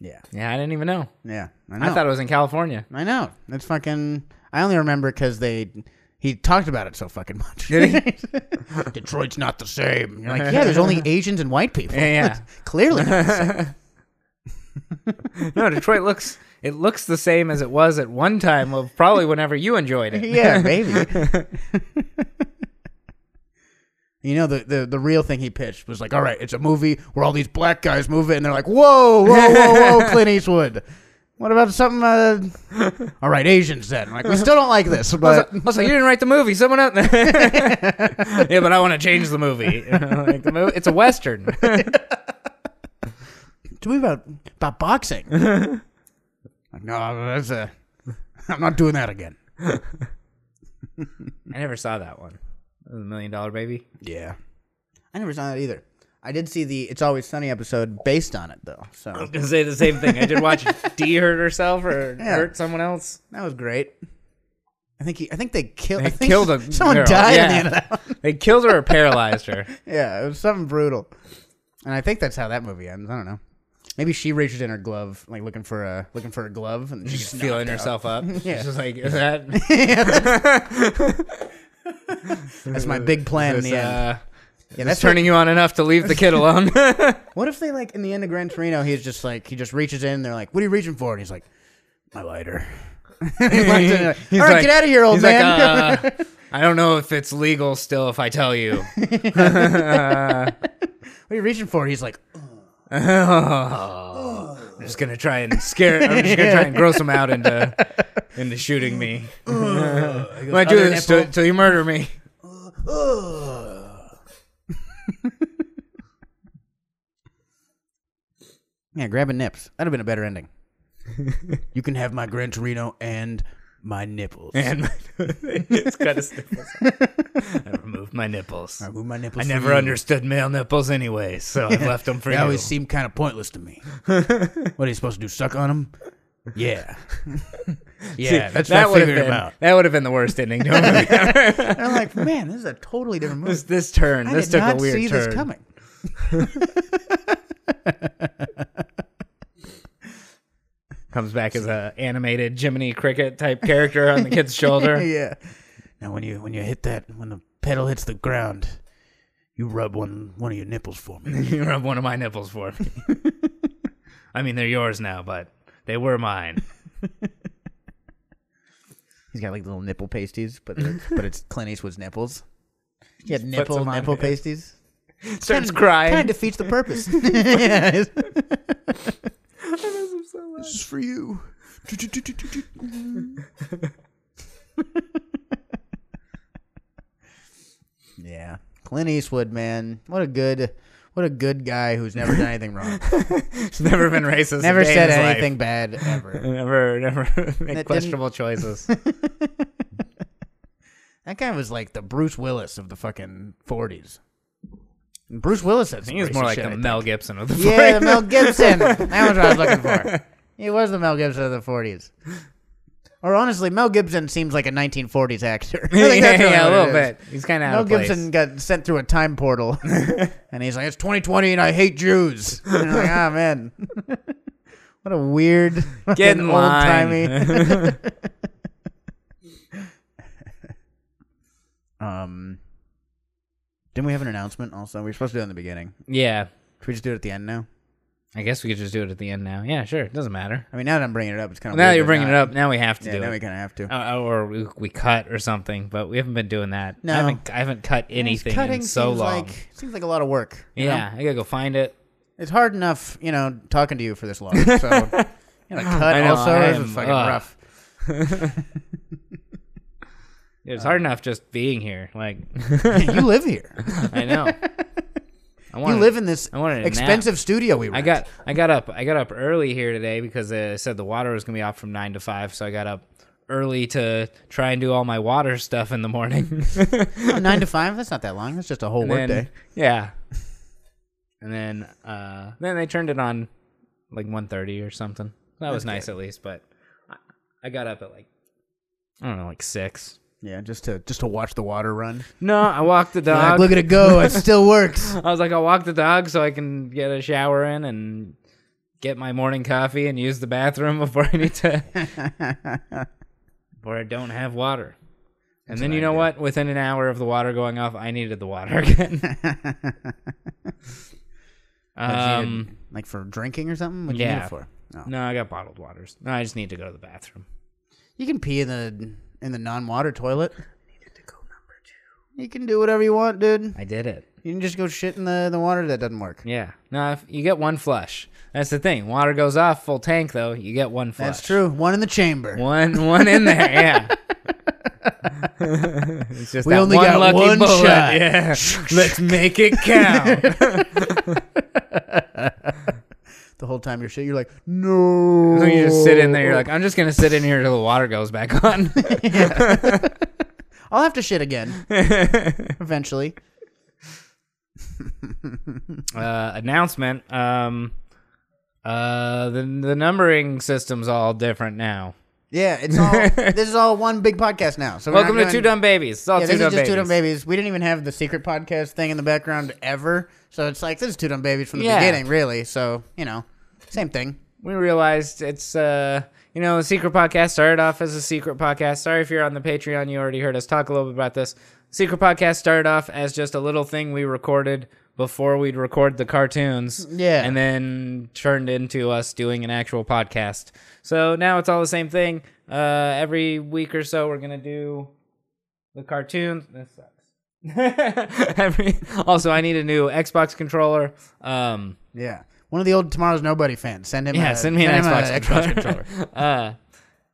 C: Yeah.
A: Yeah, I didn't even know.
C: Yeah. I know.
A: I thought it was in California.
C: I know. That's fucking. I only remember because they. He talked about it so fucking much.
A: Did
C: Detroit's not the same. You're like, yeah, there's only Asians and white people.
A: Yeah, yeah.
C: It's clearly. not the same.
A: No, Detroit looks it looks the same as it was at one time of probably whenever you enjoyed it.
C: yeah, maybe. you know, the, the the real thing he pitched was like, all right, it's a movie where all these black guys move in, and they're like, whoa, whoa, whoa, whoa, Clint Eastwood. What about something? Uh... All right, Asians then. Like, we still don't like this, but
A: I was like, you didn't write the movie. Someone else. yeah, but I want to change the movie. Like, the mo- It's a western.
C: it's a movie about about boxing. like, no, that's a. I'm not doing that again.
A: I never saw that one. That was a million dollar baby.
C: Yeah, I never saw that either. I did see the "It's Always Sunny" episode based on it though,
A: I
C: so
A: was gonna say the same thing. I did watch D hurt herself or
C: Yeah.
A: hurt someone else.
C: That was great. I think he, I think they killed.
A: They
C: I think
A: killed a
C: someone
A: girl,
C: died at the
A: yeah.
C: end of that. One.
A: They killed her or paralyzed her.
C: Yeah, it was something brutal. And I think that's how that movie ends. I don't know. Maybe she reaches in her glove, like looking for a looking for a glove, and she
A: She's
C: gets
A: feeling
C: knocked
A: herself up.
C: Yeah.
A: She's just like, is that
C: out. Yeah, that's- that's my big plan in
A: this,
C: the end.
A: uh,
C: yeah,
A: that's
C: that's
A: turning you on enough to leave the kid alone.
C: What, what if they like in the end of Gran Torino? He's just like he just reaches in. and They're like, "What are you reaching for?" And he's like, "My lighter." He lights it, and they're like,
A: He's
C: All right,
A: like-
C: get out of here, old
A: He's
C: man.
A: like, uh, I don't know if it's legal still if I tell you.
C: what are you reaching for? He's like,
A: I'm just gonna try and scare. I'm just gonna try and gross him out into into shooting me. When I do
C: "Other
A: this till,
C: nipple."
A: till you murder me.
C: "Yeah, grabbing nips. That'd have been a better ending." you can have my Gran Torino and my nipples.
A: And it's got his nipples. I removed my nipples.
C: I remove my
A: I
C: nipples. for
A: never
C: you.
A: understood male nipples anyway, so I left them for
C: They
A: you.
C: always seem kind of pointless to me. what are you supposed to do? Suck on them? Yeah. yeah, that's
A: that
C: what I
A: would have
C: figured
A: been
C: about.
A: that would have been the worst ending. to a movie.
C: And I'm like, man, this is a totally different movie.
A: this, this turn,
C: I
A: this
C: did
A: took
C: not
A: a weird
C: see
A: turn.
C: this coming.
A: Comes back as a animated Jiminy Cricket type character on the kid's shoulder.
C: yeah. Now, when you when you hit that, when the pedal hits the ground, you rub one one of your nipples for me.
A: You rub one of my nipples for me. I mean, they're yours now, but they were mine.
C: He's got like little nipple pasties, but but it's Clint Eastwood's nipples. Yeah,
A: nipple-
C: nipple
A: nipple
C: nipple pasties.
A: Starts crying.
C: Kind of defeats the purpose. yeah,
A: It's
C: this is for you. yeah, Clint Eastwood, man, what a good, what a good guy who's never done anything wrong,
A: never been racist. a
C: never
A: day in
C: said
A: his life.
C: anything bad ever.
A: Never, never make
C: didn't-
A: questionable choices.
C: That guy was like the Bruce Willis of the fucking forties. Bruce Willis said some
A: He was more
C: racist
A: like
C: shit, I
A: the
C: think.
A: Mel Gibson of the
C: Yeah, the
A: forties.
C: Mel Gibson. That was what I was looking for. He was the Mel Gibson of the 40s. Or honestly, Mel Gibson seems like a 1940s actor. I think
A: yeah,
C: that's really
A: yeah, a
C: what it
A: little
C: is.
A: bit. He's kind of out
C: Mel
A: of place.
C: Gibson got sent through a time portal, and he's like, "It's 2020, and I hate Jews." And you're like, ah, man, what a weird,
A: Get in
C: old timey.
A: line.
C: Um, didn't we have an announcement? Also, we were supposed to do it in the beginning.
A: yeah,
C: Should we just do it at the end now?
A: I guess we could just do it at the end now. Yeah, sure. It doesn't matter.
C: I mean, now that I'm bringing it up, it's kind of
A: now that you're bringing it up, now we have to
C: Yeah,
A: do
C: now
A: it.
C: we kind of have to.
A: Uh, or we, we cut or something, but we haven't been doing that.
C: No.
A: I haven't, I haven't cut anything in so
C: seems
A: long.
C: Like, seems like a lot of work. you know?
A: yeah, I gotta go find it.
C: it's hard enough, you know, talking to you for this long. So, you know, cut
A: I know,
C: also
A: I
C: this
A: am-
C: is fucking
A: ugh.
C: rough.
A: It's hard enough just being here. Like,
C: you live here.
A: I know. I
C: You
A: wanted-
C: live in this
A: I wanted a nap.
C: expensive studio we rent.
A: I got I got up I got up early here today because uh, it said the water was gonna be off from nine to five, so I got up early to try and do all my water stuff in the morning.
C: Oh, nine to five. That's not that long. That's just a whole
A: And
C: work
A: then-
C: day.
A: Yeah. And then uh then they turned it on like 1:30 or something. That was nice at least, but I, I got up at like I don't know, like 6.
C: Yeah, just to just to watch the water run.
A: No, I walked the
C: Like,
A: dog.
C: look at it go. It still works.
A: I was like I'll walk the dog so I can get a shower in and get my morning coffee and use the bathroom before I need to before I don't have water. And then you know what? Within an hour of the water going off, I needed the water again. um,
C: like for drinking or something. What you need
A: Yeah.
C: it for? Oh.
A: No, I got bottled waters. No, I just need to go to the bathroom.
C: You can pee in the in the non-water toilet. You can do whatever you want, dude.
A: I did it.
C: You can just go shit in the, the water. That doesn't work.
A: Yeah. No, if you get one flush. That's the thing. Water goes off full tank though. You get one flush.
C: That's true. One in the chamber.
A: One one in there. Yeah. it's just
C: We
A: that
C: only
A: one
C: got
A: lucky
C: one
A: bullet.
C: shot.
A: Yeah. Let's make it count.
C: The whole time you're shit, you're like, no.
A: so you just sit in there. You're like, I'm just gonna sit in here till the water goes back on.
C: I'll have to shit again eventually.
A: uh, announcement. Um, uh, the the numbering system's all different now.
C: Yeah, it's all. this is all one big podcast now. So we're
A: Welcome
C: not
A: to Two
C: doing-
A: Dumb Babies. It's all
C: Yeah,
A: two,
C: this
A: dumb
C: is just two
A: babies.
C: dumb babies. We didn't even have the secret podcast thing in the background ever. So it's like this is two dumb babies from the
A: Yeah.
C: beginning, really. So you know, Same thing.
A: we realized it's uh you know a secret podcast started off as a secret podcast sorry if you're on the patreon you already heard us talk a little bit about this secret podcast started off as just a little thing we recorded before we'd record the cartoons
C: Yeah.
A: and then turned into us doing an actual podcast so now it's all the same thing uh every week or so we're gonna do the cartoons this sucks every also i need a new xbox controller um
C: Yeah. One of the old Tomorrow's Nobody fans. Send him.
A: yeah,
C: a,
A: send me an
C: send him a
A: Xbox, controller. uh,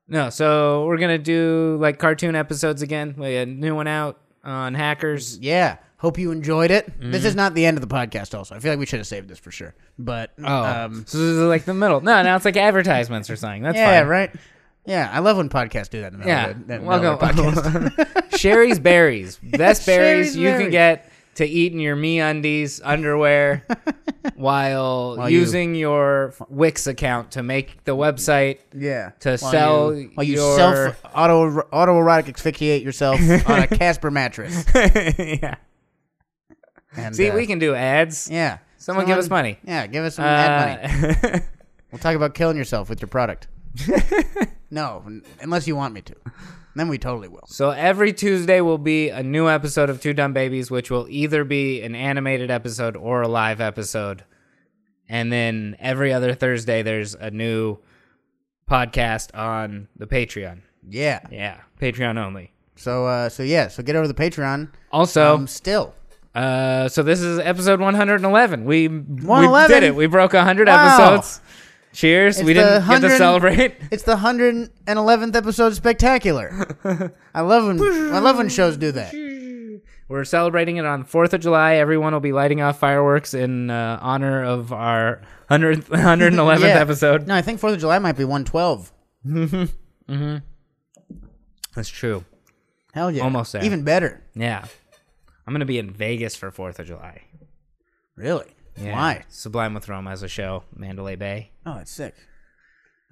A: no, so we're gonna do like cartoon episodes again. We had a new one out on hackers.
C: Yeah. Hope you enjoyed it.
A: Mm-hmm.
C: This is not the end of the podcast. Also, I feel like we should have saved this for sure. But
A: Oh,
C: um,
A: so this is like the middle. No, now it's like advertisements or something. That's
C: yeah,
A: fine.
C: right. Yeah, I love when podcasts do that. In the middle
A: Yeah,
C: of the- that middle of the podcast.
A: welcome. Sherry's berries, best berries
C: Sherry's
A: you can
C: Berries.
A: get to eat in your me undies underwear while,
C: While you-
A: using your Wix account to make the website.
C: Yeah,
A: To sell
C: you, while you
A: your-
C: self auto autoerotic asphyxiate yourself on a Casper mattress.
A: yeah.
C: And,
A: See,
C: uh,
A: we can do ads.
C: yeah.
A: Someone give us money.
C: Yeah, give us some ad money.
A: Uh,
C: We'll talk about killing yourself with your product. no, n- unless you want me to, then we totally will.
A: So every Tuesday will be a new episode of Two Dumb Babies, which will either be an animated episode or a live episode. And then every other Thursday, there's a new podcast on the Patreon.
C: Yeah.
A: Yeah, Patreon only.
C: So, uh, so yeah. So get over to the Patreon.
A: Also,
C: Um, still.
A: uh, so this is episode 111. We, we
C: 111?
A: did it. We broke 100
C: Wow.
A: episodes. Cheers.
C: It's
A: we
C: the
A: didn't get
C: 100
A: to celebrate.
C: It's the hundred and eleventh episode spectacular. I love when I love when shows do that.
A: We're celebrating it on 4th of July. Everyone will be lighting off fireworks in uh, honor of our 100th, 111th
C: Yeah.
A: episode.
C: No, I think Fourth of July might be one twelve.
A: That's true.
C: Hell yeah,
A: Almost there.
C: Even better.
A: Yeah. I'm going to be in Vegas for 4th of July.
C: Really?
A: Yeah.
C: Why?
A: Sublime with Rome has a show, Mandalay Bay.
C: Oh, it's sick.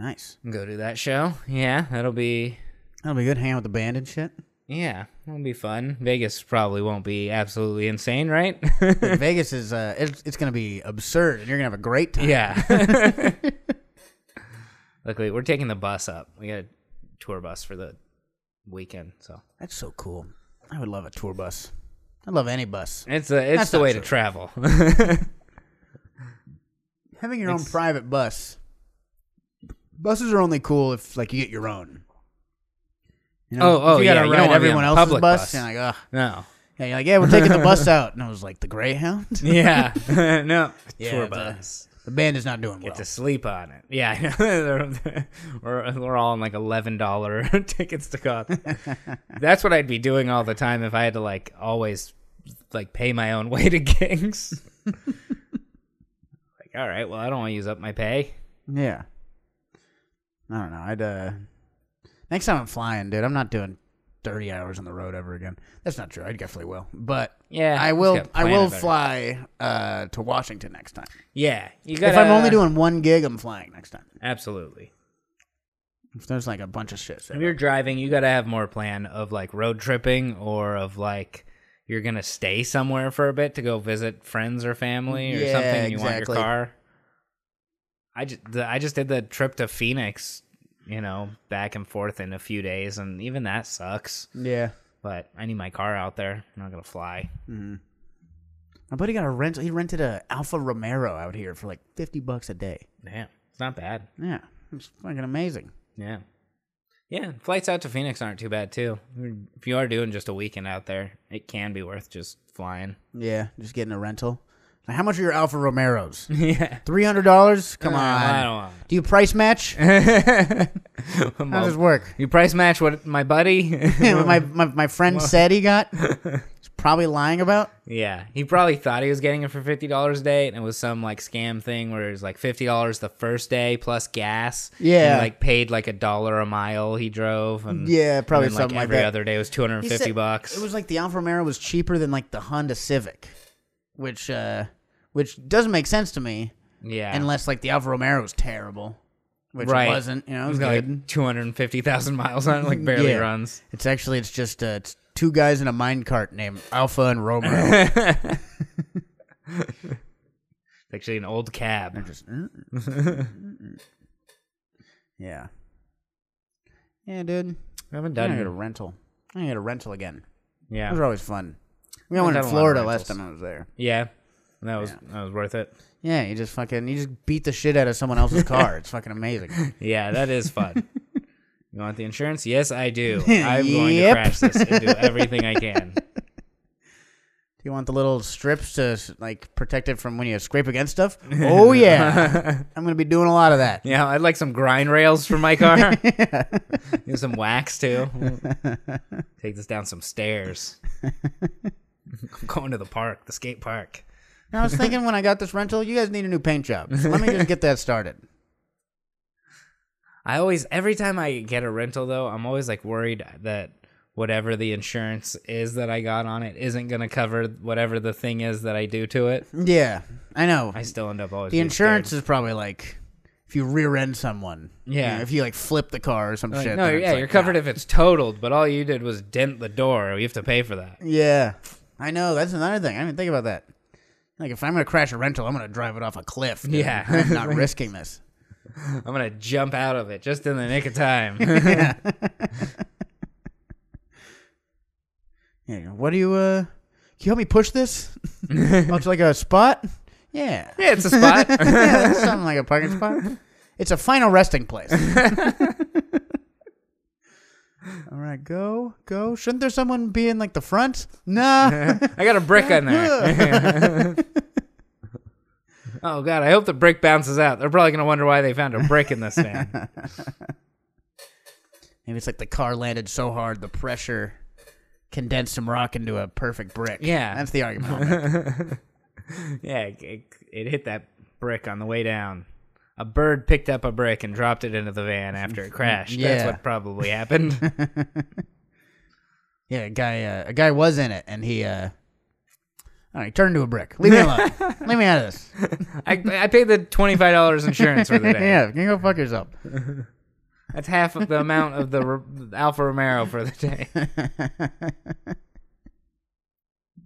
C: Nice.
A: Go do that show. Yeah, that'll be
C: That'll be good. Hang out with the band and shit.
A: yeah, that'll be fun. Vegas probably won't be absolutely insane, right?
C: But Vegas is uh, it's, it's gonna be absurd, and you're gonna have a great time.
A: yeah. Luckily, we're taking the bus up. We got a tour bus for the weekend, so
C: That's so cool. I would love a tour bus. I love any bus.
A: It's the it's
C: That's
A: the
C: not
A: way
C: true.
A: to travel.
C: Having your own private bus. Buses are only cool if like you get your own. You
A: Oh, oh,
C: if you
A: yeah,
C: gotta
A: you don't
C: ride
A: wanna be
C: everyone
A: on a
C: else's
A: public
C: bus.
A: bus.
C: And like, ugh.
A: no.
C: Yeah, you're like, yeah, we're taking the bus out, and I was like, the Greyhound.
A: Yeah. no.
C: Yeah,
A: Tour
C: the-
A: bus.
C: The band is not doing well.
A: Get to sleep on it. Yeah. I know. They're- we're, we're all on like eleven dollar tickets to cost. That's what I'd be doing all the time if I had to like always like pay my own way to gigs. like, all right, well, I don't want to use up my pay.
C: Yeah. I don't know. I'd uh next time I'm flying, dude, I'm not doing thirty hours on the road ever again. That's not true. I definitely will. But
A: Yeah.
C: I
A: just
C: will
A: gotta
C: I
A: plan
C: will
A: it better.
C: fly uh to Washington next time.
A: Yeah. You got.
C: if I'm only doing one gig, I'm flying next time.
A: absolutely.
C: If there's like a bunch of shit. set
A: If you're driving, you got to have more plan of like road tripping or of like you're going to stay somewhere for a bit to go visit friends or family or
C: Yeah,
A: something. and You want your
C: exactly.
A: car. I just, the, I just did the trip to Phoenix, you know, back and forth in a few days, and even that sucks.
C: up. Yeah.
A: But I need my car out there. I'm not going to fly.
C: My buddy got a rental he rented a Alfa Romero out here for like fifty bucks a day.
A: Damn. It's not bad.
C: Yeah. It's fucking amazing.
A: Yeah. Yeah. Flights out to Phoenix aren't too bad, too. If you are doing just a weekend out there, it can be worth just flying.
C: Yeah, just getting a rental. Now, how much are your Alfa Romeros?
A: yeah.
C: Three hundred dollars? Come
A: Uh,
C: on.
A: I don't want
C: Do you price match? How does this work?
A: You price match what my buddy?
C: What my, my my friend said he got. He's probably lying about.
A: yeah, he probably thought he was getting it for fifty dollars a day, and it was some like scam thing where it was like fifty dollars the first day plus gas. and he,
C: Yeah.
A: like paid like a dollar a mile he drove, and
C: Yeah, probably
A: Mm. and then, like
C: something like
A: every
C: that.
A: other day was two hundred and
C: He
A: fifty
C: said-
A: bucks.
C: It was like the Alfa Romero was cheaper than like the Honda Civic, which uh, which doesn't make sense to me
A: yeah,
C: unless like the Alfa Romero was terrible, which
A: Right.
C: it wasn't. You know, it was
A: It's got,
C: good.
A: like two hundred and fifty thousand miles on it, like barely
C: Yeah.
A: runs.
C: It's actually it's just uh, it's two guys in a minecart named Alpha and Romero.
A: It's actually an old cab.
C: They're just. yeah. Yeah, dude.
A: I haven't
C: I
A: done.
C: get a rental. I get a rental again. Those
A: Yeah,
C: are always fun. We went to
A: done a lot of
C: Florida last
A: rentals.
C: time I was there.
A: yeah. That was that was worth it.
C: Yeah, you just fucking you just beat the shit out of someone else's car. It's fucking amazing.
A: Yeah, that is fun. you want the insurance? Yes, I do. I'm going to
C: Yep.
A: crash this and do everything I can.
C: Do you want the little strips to like protect it from when you scrape against stuff? Oh yeah, I'm gonna be doing a lot of that.
A: Yeah, I'd like some grind rails for my car. And some wax too. Take this down some stairs. I'm going to the park, the skate park.
C: I was thinking when I got this rental, you guys need a new paint job. So let me just get that started.
A: I always, every time I get a rental though, I'm always like worried that whatever the insurance is that I got on it isn't going to cover whatever the thing is that I do to it.
C: Yeah, I know.
A: I still end up always
C: the
A: being
C: insurance
A: scared.
C: is probably like if you rear end someone.
A: Yeah.
C: You know, if you like flip the car or some
A: Like,
C: shit.
A: no,
C: then it's
A: yeah,
C: like,
A: you're covered if it's totaled, but all you did was dent the door. You have to pay for that.
C: Yeah, I know. That's another thing. I didn't think about that. Like, if I'm gonna crash a rental, I'm gonna drive it off a cliff. dude.
A: Yeah.
C: I'm not risking this.
A: I'm gonna jump out of it just in the nick of time.
C: Yeah, what do you? uh Can you help me push this? Much like a spot. Yeah.
A: yeah, it's a spot.
C: yeah, that's something like a parking spot. It's a final resting place. All right, go, go. Shouldn't there someone be in like the front? Nah.
A: I got a brick on there. oh god, I hope the brick bounces out. They're probably gonna wonder why they found a brick in this thing.
C: Maybe it's like the car landed so hard the pressure condensed some rock into a perfect brick.
A: Yeah.
C: that's the argument. I'll make.
A: yeah, it, it- it hit that brick on the way down. A bird picked up a brick and dropped it into the van after it crashed. That's
C: Yeah.
A: what probably happened.
C: yeah, a guy, uh, a guy was in it, and he, uh, all right, turned into a brick. Leave me alone. Leave me out of this.
A: I, I paid the twenty five dollars insurance for the day.
C: Yeah, you can go fuck yourself.
A: That's half of the amount of the Ro- Alfa Romero for the day.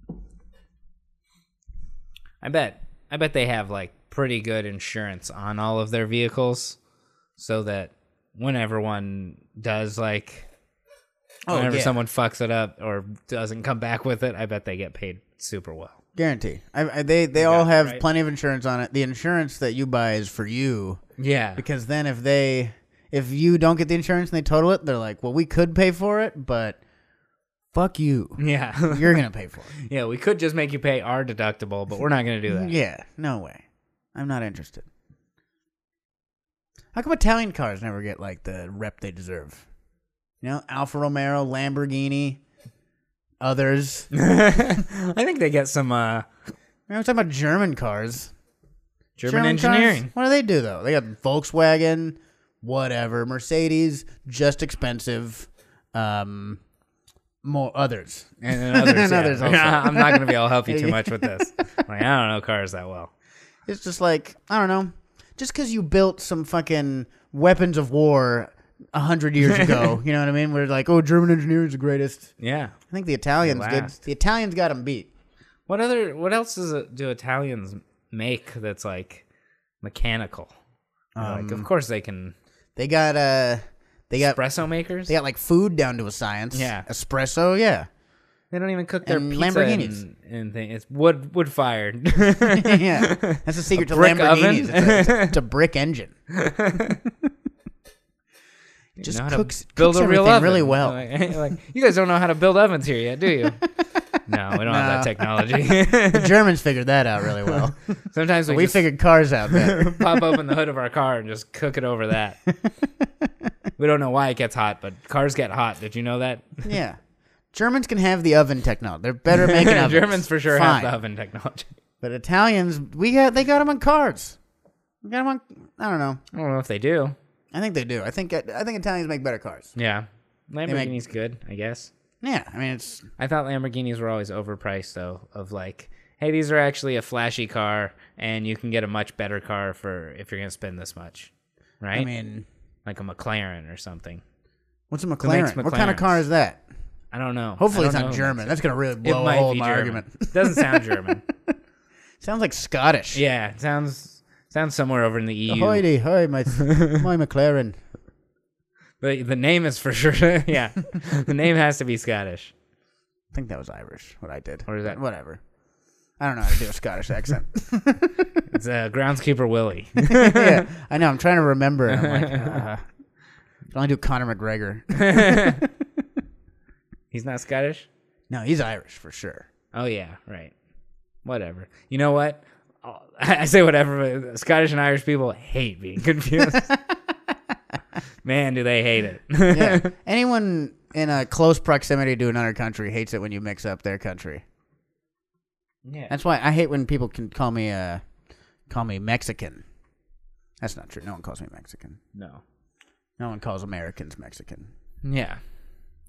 A: I bet. I bet they have like pretty good insurance on all of their vehicles, so that whenever one does like,
C: Oh,
A: whenever
C: yeah.
A: someone fucks it up or doesn't come back with it, I bet they get paid super well.
C: Guarantee. I, I, they they all have
A: right.
C: plenty of insurance on it. The insurance that you buy is for you
A: Yeah.
C: because then if they if you don't get the insurance and they total it, they're like, well, we could pay for it, but fuck you.
A: Yeah.
C: You're gonna pay for it.
A: yeah. We could just make you pay our deductible, but we're not gonna do that.
C: yeah. No way. I'm not interested. How come Italian cars never get like the rep they deserve? You know, Alfa Romeo, Lamborghini, others.
A: I think they get some uh,
C: Man, I'm talking about German cars.
A: German,
C: cars?
A: engineering.
C: What do they do though? They got Volkswagen, whatever, Mercedes, just expensive. Um, more others.
A: and then
C: And
A: others, yeah.
C: others also.
A: I'm not going to be able to help you too much with this. Like, I don't know cars that well.
C: It's just like I don't know. Just because you built some fucking weapons of war a hundred years ago, you know what I mean? We're like, oh, German engineers the greatest.
A: Yeah.
C: I think the Italians did.
A: last.
C: The Italians got them beat.
A: What other? What else does it, do Italians make that's like mechanical? like,
C: Um,
A: of course they can
C: They got uh, they got
A: espresso makers.
C: they got like food down to a science.
A: Yeah.
C: espresso. Yeah,
A: They don't even cook their
C: And
A: pizza
C: Lamborghinis.
A: and, and thing. It's wood wood fired.
C: yeah. That's the secret to
A: brick
C: Lamborghinis.
A: oven?
C: It's, a, it's a brick engine. It just
A: know how to
C: cooks,
A: build
C: cooks
A: a real
C: everything
A: oven
C: really well.
A: Like, like, you guys don't know how to build ovens here yet, do you? no, we don't have that technology.
C: the Germans figured that out really well.
A: Sometimes we,
C: we
A: just
C: figured cars out better.
A: pop open the hood of our car and just cook it over that. we don't know why it gets hot, but cars get hot. Did you know that?
C: yeah. Germans can have the oven technology. They're better at making ovens.
A: Germans for sure have
C: Fine.
A: the oven technology.
C: But Italians, we got they got them on cars. We got them on. I don't know.
A: I don't know if they do.
C: I think they do. I think I think Italians make better cars.
A: Yeah.
C: make-
A: Lamborghini's good, I guess.
C: Yeah, I mean it's
A: I thought Lamborghinis were always overpriced though, of like, hey, these are actually a flashy car and you can get a much better car for if you're gonna spend this much. Right?
C: I mean
A: like a McLaren or something.
C: what's a
A: makes
C: McLaren? What kind of car
A: McLarens?
C: is that?
A: I don't know.
C: Hopefully
A: I
C: it's
A: don't
C: not
A: know.
C: German. That's gonna really
A: It
C: blow a
A: might
C: hole in
A: be
C: my
A: German.
C: argument.
A: Doesn't sound German.
C: Sounds like Scottish.
A: Yeah, it sounds sounds somewhere over in the E EU.
C: Hoity, hi, my, my McLaren.
A: But the name is for sure. yeah, the name has to be Scottish.
C: I think that was Irish, what I did.
A: Or is that-
C: Whatever. I don't know how to do a Scottish accent.
A: It's uh, groundskeeper Willie.
C: yeah, I know. I'm trying to remember. And I'm like, uh, I can only do Conor McGregor.
A: He's not Scottish.
C: No, he's Irish for sure.
A: Oh yeah, right. Whatever. You know what? I'll- I say whatever. But Scottish and Irish people hate being confused. Man, do they hate it?
C: Yeah. Anyone in a close proximity to another country hates it when you mix up their country.
A: yeah.
C: That's why I hate when people can call me uh, call me Mexican. That's not true. No one calls me Mexican.
A: No.
C: No one calls Americans Mexican.
A: Yeah.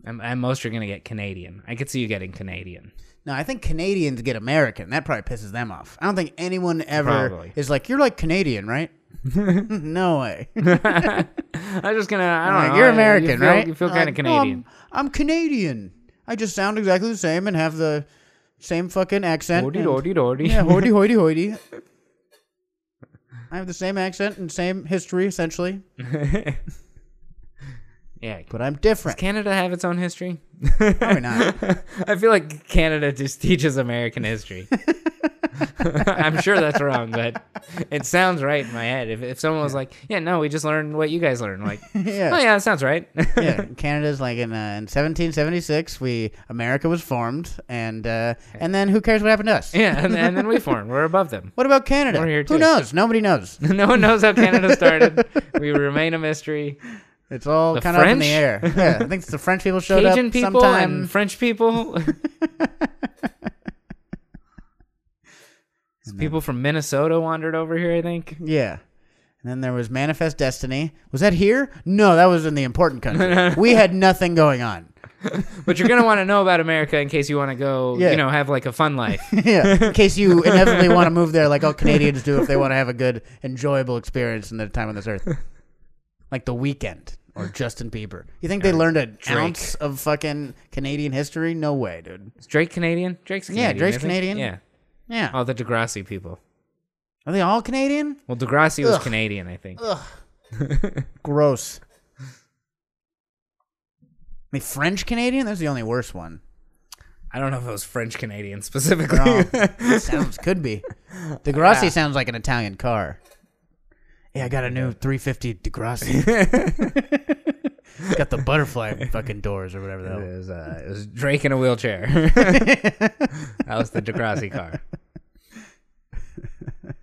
A: I'm, I'm most are gonna get Canadian. I could see you getting Canadian.
C: No, I think Canadians get American. That probably pisses them off. I don't think anyone ever
A: Probably.
C: is like, "You're like Canadian, right?" no way.
A: I'm just gonna. I don't
C: Like,
A: know.
C: you're
A: I- you
C: American,
A: feel-
C: right?
A: You feel
C: I'm
A: kind of
C: like, "No, I'm-
A: Canadian.
C: I'm, Canadian. I just sound exactly the same and have the same fucking accent.
A: Hoity
C: and-
A: doity doity.
C: Yeah, hoity hoity hoity. I have the same accent and same history essentially,
A: yeah.
C: but I'm different.
A: Canada have its own history?
C: Probably not.
A: I feel like Canada just teaches American history. I'm sure that's wrong, but it sounds right in my head. If, if someone was like, "Yeah, no, we just learned what you guys learned," like,
C: Yeah.
A: "Oh yeah, that sounds right."
C: yeah, Canada's like in, uh, in 1776, we America was formed, and uh, and then who cares what happened to us?
A: yeah, and, and then we formed. We're above them.
C: What about Canada?
A: We're here
C: Who
A: too.
C: knows? Nobody knows.
A: no one knows how Canada started. we remain a mystery.
C: It's all
A: The
C: kind of up in the air.
A: French?
C: Yeah, I think it's the French people showed
A: Cajun
C: up
A: people
C: sometime.
A: and French people. Some people from Minnesota wandered over here. I think.
C: Yeah. And then there was Manifest Destiny. Was that here? No, that was in the important country. we had nothing going on.
A: But you're gonna want to know about America in case you want to go,
C: Yeah.
A: you know, have like a fun life.
C: yeah. In case you inevitably want to move there, like all Canadians do if they want to have a good, enjoyable experience in their time on this earth. Like The Weekend or Justin Bieber. You think they learned an
A: Drake.
C: ounce of fucking Canadian history? No way, dude.
A: Is Drake Canadian? Drake's Canadian.
C: Drake's
A: isn't he?
C: Canadian.
A: Yeah.
C: Yeah.
A: All the Degrassi people.
C: Are they all Canadian?
A: Well, Degrassi was
C: Ugh.
A: Canadian, I think.
C: Ugh. Gross. I mean, French Canadian? That's the only worse one.
A: I don't know if it was French Canadian specifically.
C: Oh, sounds could be. DeGrassi sounds like an Italian car. Yeah, I got a new 350 DeGrassi.
A: uh,
C: got the butterfly fucking doors or whatever the hell.
A: it, was, uh, it was Drake in a wheelchair. that was the Degrassi car.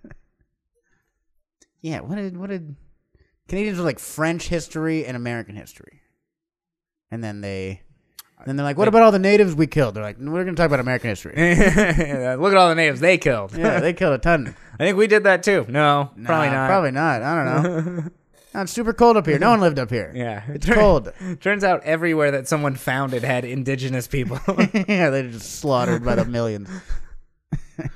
C: Yeah, what did what did Canadians were like French history and American history, and then they then they're like, what about all the natives we killed? They're like, we're gonna talk about American history.
A: Look at all the names they killed.
C: yeah, they killed a ton.
A: I think we did that too. No, probably
C: Nah,
A: not.
C: Probably not. I don't know. No, it's super cold up here. No one lived up here.
A: Yeah.
C: it's cold.
A: Turns out everywhere that someone founded had indigenous people.
C: yeah, they're just slaughtered by the millions.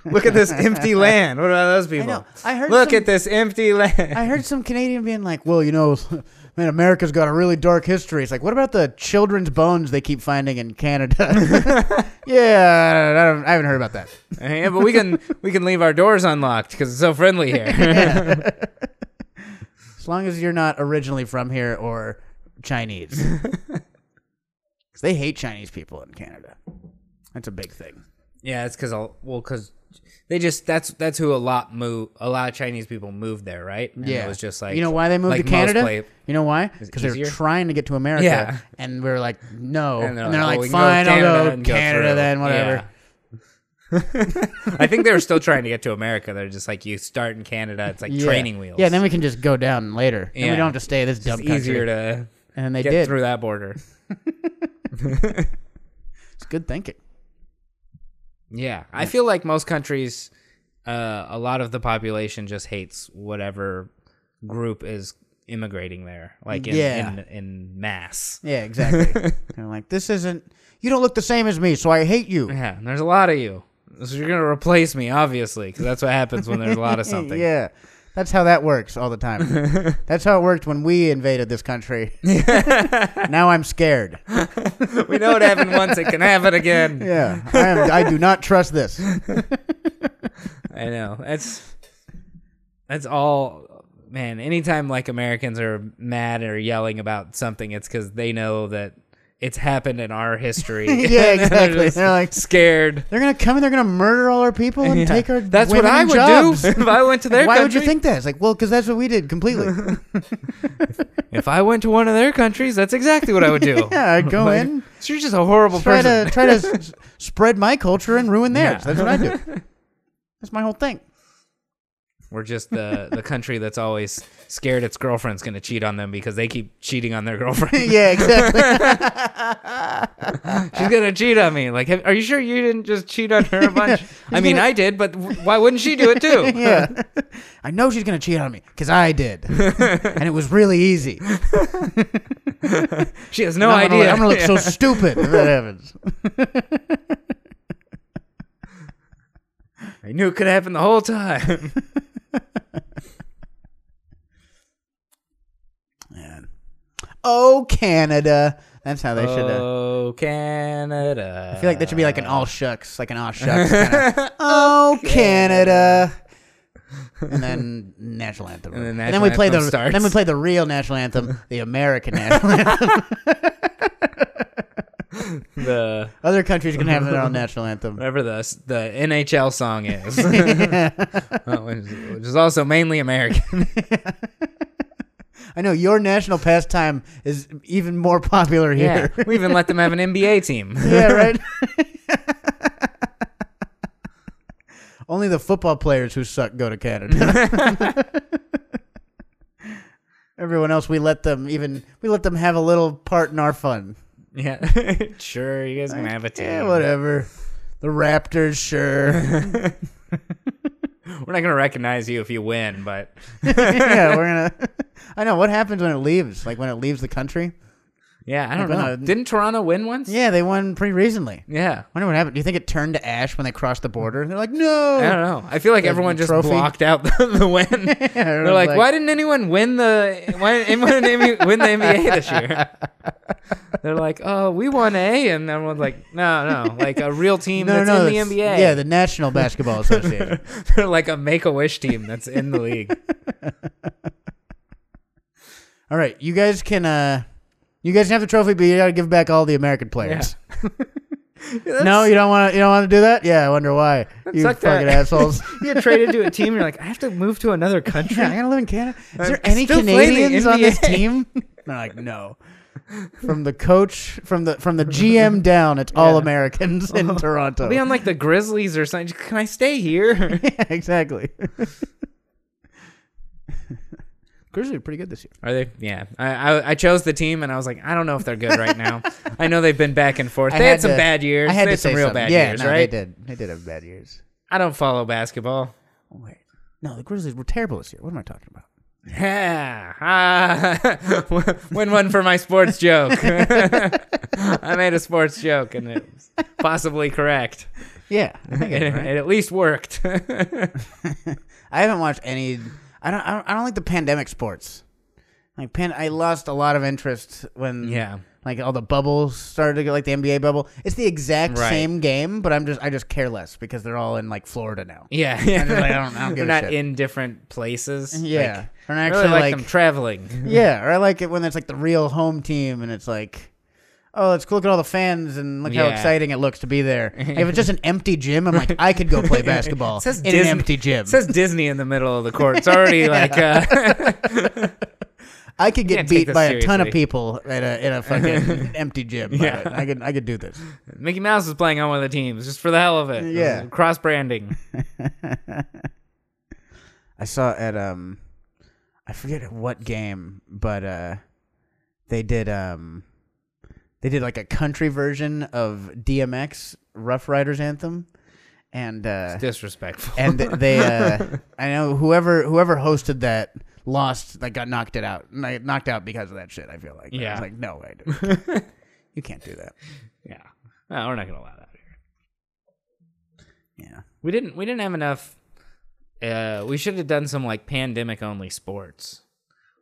A: Look at this empty land. What about those people?
C: know. I heard
A: Look
C: some-
A: at this empty land.
C: I heard some Canadian being like, "Well, you know, man, America's got a really dark history." It's like, what about the children's bones they keep finding in Canada? yeah, I, don't, I haven't heard about that.
A: yeah, but we can we can leave our doors unlocked because it's so friendly here.
C: As long as you're not originally from here or Chinese, 'Cause they hate Chinese people in Canada. That's a big thing.
A: yeah, it's because well, because they just that's that's who a lot move a lot of Chinese people moved there, right? And
C: yeah,
A: it was just like
C: you know why they moved
A: like
C: to
A: most
C: Canada.
A: pla-
C: you know why? Because they're
A: easier?
C: trying to get to America,
A: Yeah.
C: and we are like, no,
A: And
C: and
A: they're
C: they're, like,
A: like, well, we can go
C: fine,
A: Canada
C: I'll go
A: and go
C: Canada
A: through.
C: then, whatever.
A: Yeah. I think they were still trying to get to America. They're just like you start in Canada. It's like
C: Yeah.
A: training wheels.
C: Yeah, then we can just go down later. and
A: Yeah.
C: we don't have to stay in this dumb
A: it's
C: country.
A: easier to
C: and they
A: get
C: did.
A: through that border.
C: It's good thinking.
A: Yeah, I feel like most countries, uh, a lot of the population just hates whatever group is immigrating there, like in
C: Yeah.
A: in, in mass.
C: Yeah, exactly. They're like, this isn't. You don't look the same as me, so I hate you.
A: Yeah, and there's a lot of you, so you're gonna replace me, obviously, because that's what happens when there's a lot of something.
C: yeah, that's how that works all the time. that's how it worked when we invaded this country. now I'm scared.
A: We know it happened once; it can happen again.
C: Yeah, I am. I do not trust this.
A: I know. That's that's all man, anytime like Americans are mad or yelling about something, it's cuz they know that it's happened in our history.
C: Yeah,
A: And they're
C: exactly.
A: just
C: They're like-
A: scared.
C: They're gonna come and they're gonna murder all our people and
A: Yeah.
C: take our.
A: That's what
C: women
A: I
C: and
A: would
C: jobs.
A: do if I went to their
C: Why would you
A: country.
C: think that? It's like, well, because that's what we did completely.
A: If I went to one of their countries, that's exactly what I would do.
C: yeah, I'd go
A: Like,
C: in,
A: You're just a horrible
C: try
A: person.
C: to try to s- s- spread my culture and ruin theirs.
A: Yeah.
C: That's what I do. That's my whole thing.
A: We're just the the country that's always scared its girlfriend's going to cheat on them because they keep cheating on their girlfriend.
C: yeah, exactly.
A: She's going to cheat on me. Like, have, are you sure you didn't just cheat on her a bunch? I mean, I did, but w- why wouldn't she do it too?
C: yeah, I know she's gonna cheat on me because I did, and it was really easy.
A: She has no
C: I'm gonna
A: idea.
C: look- I'm gonna look so stupid if that happens.
A: I knew it could happen the whole time.
C: Man. Oh, Canada. That's how they should. Uh,
A: oh, Canada.
C: I feel like that should be like
A: Uh.
C: an all shucks, like an all shucks. Kinda. oh, Canada. And then national anthem.
A: And then
C: we
A: national
C: play the
A: anthem starts.
C: then we play the real national anthem, the American national anthem.
A: the
C: Other countries can have their own national anthem.
A: whatever the s- the NHL song is, Uh, which is- which is also mainly American.
C: I know your national pastime is even more popular
A: Yeah,
C: here.
A: we even let them have an NBA team.
C: yeah right. Only the football players who suck go to Canada. Everyone else, we let them even we let them have a little part in our fun.
A: Yeah, sure, you guys can have a team.
C: Yeah, whatever. The Raptors, sure.
A: We're not gonna recognize you if you win, but
C: yeah, we're gonna. I know what happens when it leaves, like when it leaves the country.
A: yeah, I don't
C: Like,
A: know.
C: uh,
A: Didn't Toronto win once?
C: Yeah, they won pretty recently.
A: Yeah.
C: wonder what happened. Do you think it turned to ash when they crossed the border? They're like, no.
A: I don't know. I feel like everyone just
C: trophy?
A: blocked out the, the win. They're like, why didn't anyone win the why didn't anyone M- win the NBA this year? They're like, oh, we won A, and everyone's like, no, no, like a real team
C: No,
A: that's
C: no,
A: in
C: that's-
A: the NBA.
C: Yeah, the National Basketball Association.
A: They're like a Make a Wish team that's in the league.
C: All right, you guys can. uh You guys can have the trophy, but you got to give back all the American players. no, you don't want to. You don't want to do that. Yeah, I wonder why. You
A: sucked
C: fucking
A: that.
C: assholes.
A: you get traded to a team, and you're like, I have to move to another country.
C: yeah, I gotta live in Canada. Is there
A: I
C: any
A: Uh, still play in the
C: Canadians on this
A: NBA.
C: team? They're like, no. From the coach, from the from the GM down, it's all
A: Yeah.
C: Americans in Toronto.
A: I'll be on like the Grizzlies or something. Can I stay here?
C: yeah, exactly. Grizzlies are pretty good this year.
A: Are they? Yeah. I, I I chose the team, and I was like, I don't know if they're good right now. I know they've been back and forth.
C: I
A: They had,
C: had
A: some
C: to-
A: bad years.
C: I had
A: they
C: to
A: had some
C: say
A: real
C: something.
A: bad
C: yeah,
A: years,
C: no,
A: right?
C: They did. They did have bad years.
A: I don't follow basketball.
C: Wait. No, the Grizzlies were terrible this year. What am I talking about?
A: Yeah. Ah. Win one for my sports joke. I made a sports joke and it was possibly correct.
C: Yeah, I think I
A: It,
C: did, right?
A: it at least worked.
C: I haven't watched any. I don't. I don't, I don't like the pandemic sports. Like pan, I lost a lot of interest when
A: yeah.
C: like all the bubbles started to go, like the NBA bubble. It's the exact
A: Right.
C: same game, but I'm just I just care less because they're all in like Florida now.
A: Yeah.
C: just like, I don't- I don't give
A: They're
C: a
A: not
C: shit.
A: in different places.
C: Yeah, and
A: Like, I
C: actually
A: really like,
C: like,
A: them traveling.
C: yeah, or I like it when it's like the real home team and it's like. Oh, let's look at all the fans and look how
A: Yeah.
C: exciting it looks to be there. Like, if it's just an empty gym, I'm like, I could go play basketball
A: It says
C: in an
A: Disney-
C: empty gym.
A: It says Disney in the middle of the court. It's already like uh,
C: I could get
A: Can't take
C: beat
A: this
C: by a ton of
A: seriously.
C: people at a in a fucking empty gym. Yeah, I could I could do this.
A: Mickey Mouse is playing on one of the teams just for the hell of it.
C: Yeah.
A: Cross branding.
C: I saw at um, I forget at what game, but uh, they did um, they did like a country version of DMX Rough Riders anthem, and uh,
A: Disrespectful.
C: and they uh, I know whoever whoever hosted that lost like got knocked it out like, knocked out because of that shit. I feel like I was
A: Yeah.
C: like no way, you can't do that.
A: yeah. No, we're not gonna allow that here.
C: Yeah.
A: We didn't we didn't have enough uh we should have done some like pandemic only sports.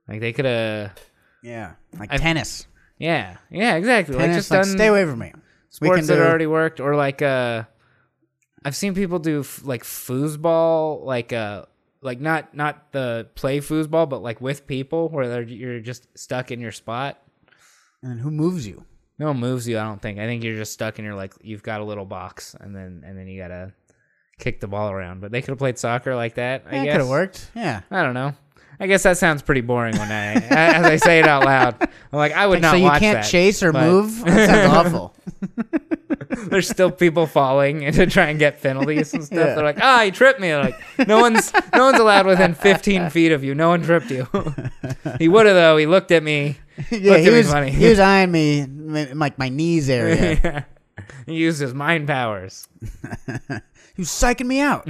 A: Like they could have
C: Yeah, like
A: I've-
C: tennis.
A: Yeah. Yeah, exactly.
C: Tennis,
A: like just
C: like,
A: done
C: stay away from me.
A: sports
C: can
A: that
C: do-
A: already worked or like uh I've seen people do f- like foosball, like uh, like not not the play foosball, but like with people where they're, you're just stuck in your spot.
C: And who moves you?
A: No one moves you. I don't think. I think you're just stuck and you're like you've got a little box, and then and then you gotta kick the ball around. But they could have played soccer like that. I
C: Yeah,
A: guess
C: could have worked. Yeah.
A: I don't know. I guess that sounds pretty boring when I as I say it out loud. I'm like I would
C: so
A: not
C: you
A: watch
C: can't
A: that,
C: chase or
A: but
C: move? That sounds awful.
A: There's still people falling and to try and get penalties and stuff.
C: Yeah.
A: They're like, ah, he tripped me. They're like no one's no one's allowed within 15 feet of you. No one tripped you. he would have though. He looked at me.
C: yeah,
A: Looked
C: he
A: at me
C: was,
A: funny.
C: he was eyeing me in like my knees area.
A: he used his mind powers.
C: he was psyching me out.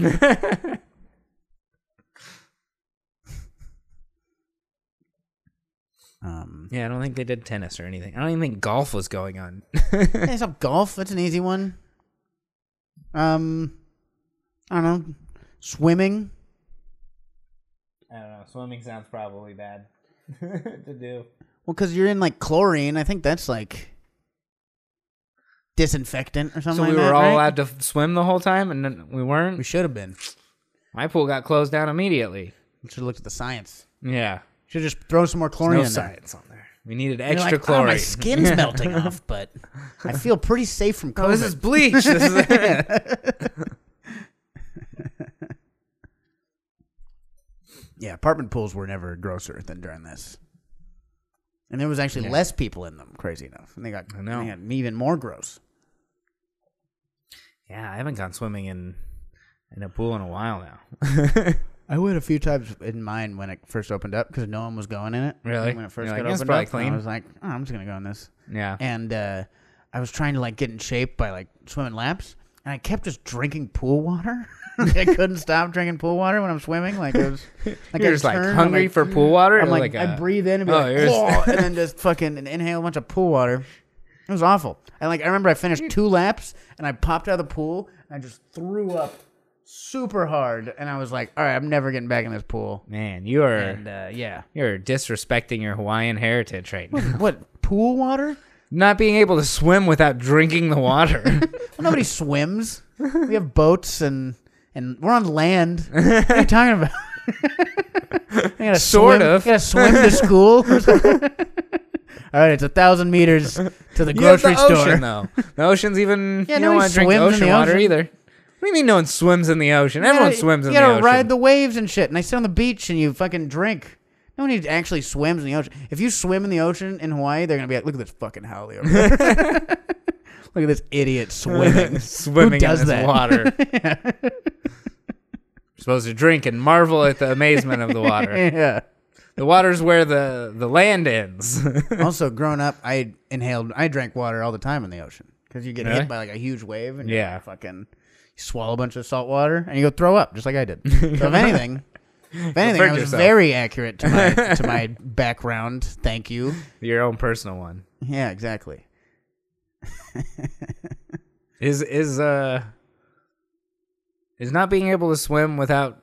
C: um,
A: Yeah, I don't think they did tennis or anything. I don't even think golf was going on.
C: hey, what's up, golf? That's an easy one. Um, I don't know. Swimming.
A: I don't know. Swimming sounds probably bad to do.
C: Well, because you're in like chlorine. I think that's like disinfectant or something.
A: So we
C: like
A: were
C: that,
A: all
C: right?
A: allowed to f- swim the whole time, and then we
C: We
A: weren't.
C: should have been.
A: My pool got closed down immediately.
C: Should have looked at the science.
A: Yeah,
C: Should have just thrown some more chlorine
A: no
C: in there.
A: science on there. We needed
C: And you're
A: extra
C: like,
A: chlorine.
C: Oh, my skin's melting off, but I feel pretty safe from COVID.
A: Oh, this is bleach. This is-
C: yeah, apartment pools were never grosser than during this. And there was actually
A: Yeah.
C: less people in them, crazy enough. And they got,
A: I know.
C: they got even more gross.
A: yeah, I haven't gone swimming in in a pool in a while now.
C: I went a few times in mine when it first opened up because no one was going in it.
A: Really?
C: When it first
A: You're like,
C: got
A: "This is
C: opened up,
A: probably
C: and
A: clean."
C: I was like, oh, I'm just gonna go in this.
A: yeah,
C: And uh, I was trying to like get in shape by like swimming laps, and I kept just drinking pool water. I couldn't stop drinking pool water when I'm swimming. Like it was like I
A: you're just like
C: turned, I'm
A: hungry
C: like-
A: for pool water.
C: I'm
A: or
C: like,
A: a-
C: I breathe in and be
A: Oh,
C: like,
A: you're just-
C: "Whoa," and then just fucking inhale a bunch of pool water. It was awful. And like I remember, I finished two laps and I popped out of the pool and I just threw up super hard. And I was like, all right, I'm never getting back in this pool.
A: Man, you are
C: And uh, yeah,
A: you're disrespecting your Hawaiian heritage right now.
C: what pool water?
A: Not being able to swim without drinking the water.
C: Well, nobody swims. We have boats and and we're on land. What are you talking about? I gotta
A: Sort
C: swim,
A: of.
C: I gotta swim to school. All right, it's a thousand meters to the
A: You have
C: grocery
A: the
C: store.
A: Ocean, though the ocean's even.
C: Yeah,
A: you
C: nobody
A: don't want to drink the
C: swims in
A: ocean
C: the
A: water
C: ocean.
A: either. What do you mean no one swims in the ocean?
C: You gotta-
A: Everyone swims in
C: You
A: the
C: gotta
A: ocean.
C: ride the waves and shit. And I sit on the beach and you fucking drink. No one actually swims in the ocean. If you swim in the ocean in Hawaii, they're gonna be like, "Look at this fucking howley over there. Look at this idiot swimming."
A: swimming
C: does
A: in this
C: that?
A: water. You're supposed to drink and marvel at the amazement of the water.
C: yeah.
A: The water's where the the land ends.
C: also, growing up, I inhaled, I drank water all the time in the ocean because you get
A: Really?
C: hit by like a huge wave and
A: Yeah.
C: yeah, fucking you swallow a bunch of salt water and you go throw up just like I did. so if anything, if anything, I was
A: yourself.
C: very accurate to my to my background. Thank you.
A: Your own personal one
C: Yeah, exactly.
A: is is uh is not being able to swim without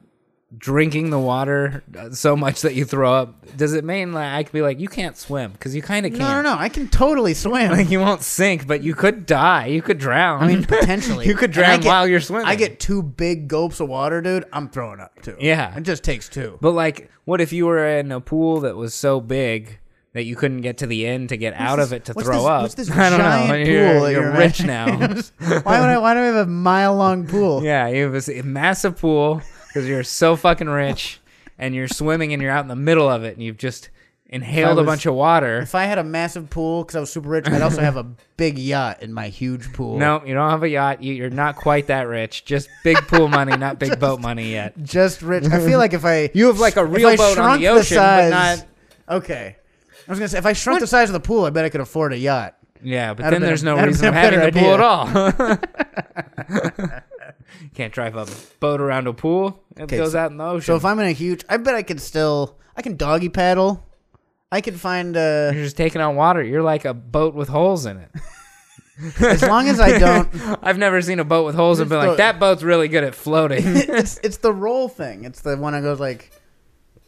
A: drinking the water uh, so much that you throw up. Does it mean like I could be like you can't swim because you kind of can't?
C: No, no, no. I can totally swim.
A: Like you won't sink, but you could die. You could drown.
C: I mean, potentially.
A: you could
C: And I
A: drown
C: get-
A: while you're swimming.
C: I get two big gulps of water, dude. I'm throwing up too.
A: Yeah.
C: it just takes two.
A: But like, what if you were in a pool that was so big that you couldn't get to the end to get out of it to
C: what's
A: throw
C: this-
A: up?
C: what's this
A: I don't know.
C: giant
A: You're,
C: pool that
A: you're
C: you're
A: rich
C: in?
A: now.
C: why would I? Why do I have a mile long pool?
A: yeah, you have this massive pool because you're so fucking rich, and you're swimming and you're out in the middle of it, and you've just inhaled a
C: was-
A: bunch of water.
C: If I had a massive pool because I was super rich, I'd also have a big yacht in my huge pool.
A: No, you don't have a yacht. You, you're not quite that rich. Just big pool money, not big boat money yet.
C: just rich. I feel like if I
A: You have like a
C: if
A: real
C: I
A: boat on
C: shrunk
A: the ocean, but
C: size,
A: not.
C: okay. I was gonna say if I shrunk the size of the pool, I bet I could afford a yacht.
A: Yeah, but
C: That'd have been
A: then
C: a-
A: there's no
C: that'd
A: reason
C: have
A: of
C: been a
A: having the pool at
C: better
A: all. Can't drive a boat around a pool. It goes
C: so-
A: out in the ocean.
C: So if I'm in a huge, I bet I could still I can doggy paddle. I could find uh,
A: You're just taking on water. You're like a boat with holes in it.
C: as long as I don't.
A: I've never seen a boat with holes and been
C: Just
A: like,
C: the-
A: that boat's really good at floating.
C: it's it's the roll thing. It's the one that goes like,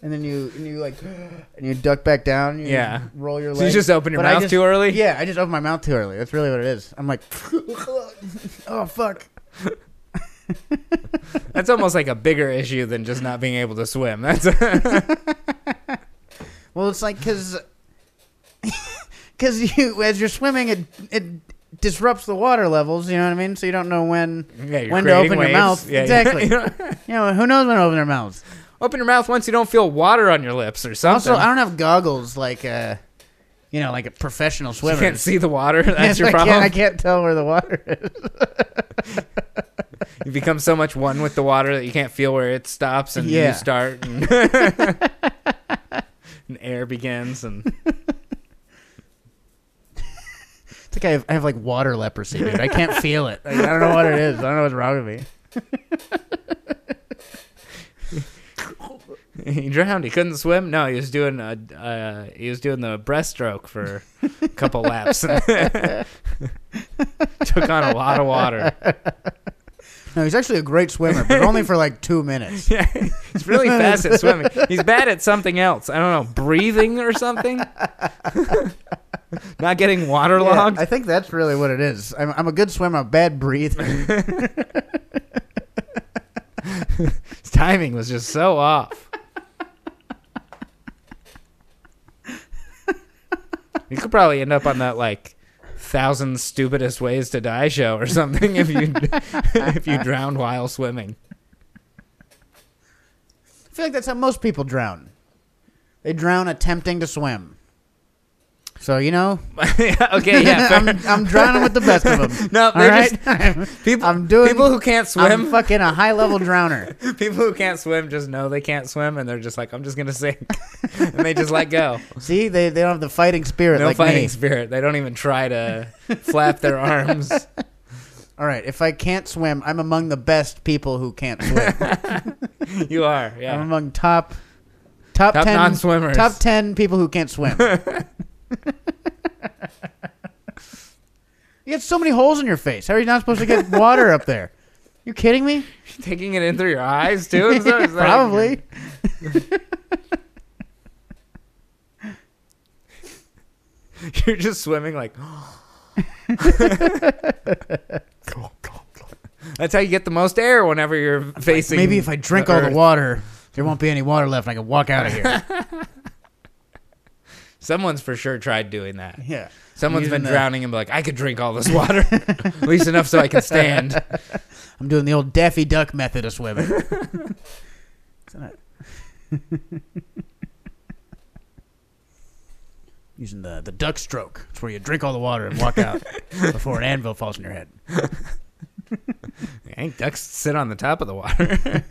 C: and then you and you like, and you duck back down. You
A: Yeah.
C: roll your.
A: So you
C: leg.
A: just open your
C: But I
A: mouth
C: just-
A: too early?
C: Yeah, I just open my mouth too early. That's really what it is. I'm like, oh fuck.
A: That's almost like a bigger issue than just not being able to swim. That's
C: Well, it's like because because you as you're swimming, it it disrupts the water levels. You know what I mean? So you don't know when
A: yeah, you're
C: when to
A: creating
C: open
A: waves.
C: your mouth.
A: Yeah,
C: exactly.
A: you
C: You know,
A: know-
C: who knows when to open their mouths?
A: open your mouth once you don't feel water on your lips or something.
C: Also, I don't have goggles like uh, you know, like a professional swimmer.
A: you can't see the water. That's your
C: I
A: problem.
C: Can't, I can't tell where the water is.
A: You become so much one with the water that you can't feel where it stops and
C: Yeah.
A: you start, and, and air begins. And
C: It's like I have, I have like water leprosy, dude. I can't feel it. Like, I don't know what it is. I don't know what's wrong with me.
A: he drowned. He couldn't swim. No, he was doing a, uh, he was doing the breaststroke for a couple laps. Took on a lot of water.
C: No, he's actually a great swimmer, but only for like two minutes.
A: Yeah, he's really fast at swimming. He's bad at something else. I don't know, breathing or something. Not getting waterlogged.
C: Yeah, I think that's really what it is. I'm, I'm a good swimmer, a bad breather.
A: His timing was just so off. you could probably end up on that like thousand stupidest ways to die show or something if you if you drowned while swimming.
C: I feel like that's how most people drown. They drown attempting to swim. So you know,
A: okay, yeah. fair.
C: I'm, I'm drowning with the best of them.
A: No,
C: all
A: they're
C: right.
A: People,
C: I'm doing-
A: people who can't
C: I'm
A: swim.
C: fucking a high level drowner.
A: people who can't swim just know they can't swim, and they're just like, I'm just gonna sink, and they just let go.
C: See, they, they don't have the fighting spirit
A: No
C: like
A: fighting
C: me.
A: spirit. They don't even try to flap their arms.
C: All right, if I can't swim, I'm among the best people who can't swim.
A: You are, yeah.
C: I'm among top top,
A: Top
C: ten
A: non-swimmers.
C: Top ten people who can't swim. you got so many holes in your face. How are you not supposed to get water up there? You kidding me?
A: taking it in through your eyes too. Is that- is that-
C: Probably.
A: You're just swimming like. That's how you get the most air whenever you're facing.
C: Maybe if I drink all the
A: earth.
C: water, there won't be any water left, and I can walk out of here.
A: Someone's for sure tried doing that.
C: yeah.
A: Someone's
C: Using
A: been
C: the-
A: drowning and be like, I could drink all this water, at least enough so I can stand.
C: I'm doing the old Daffy Duck method of swimming. Isn't it? Using the, the duck stroke. It's where you drink all the water and walk out before an anvil falls on your head.
A: I think ducks sit on the top of the water.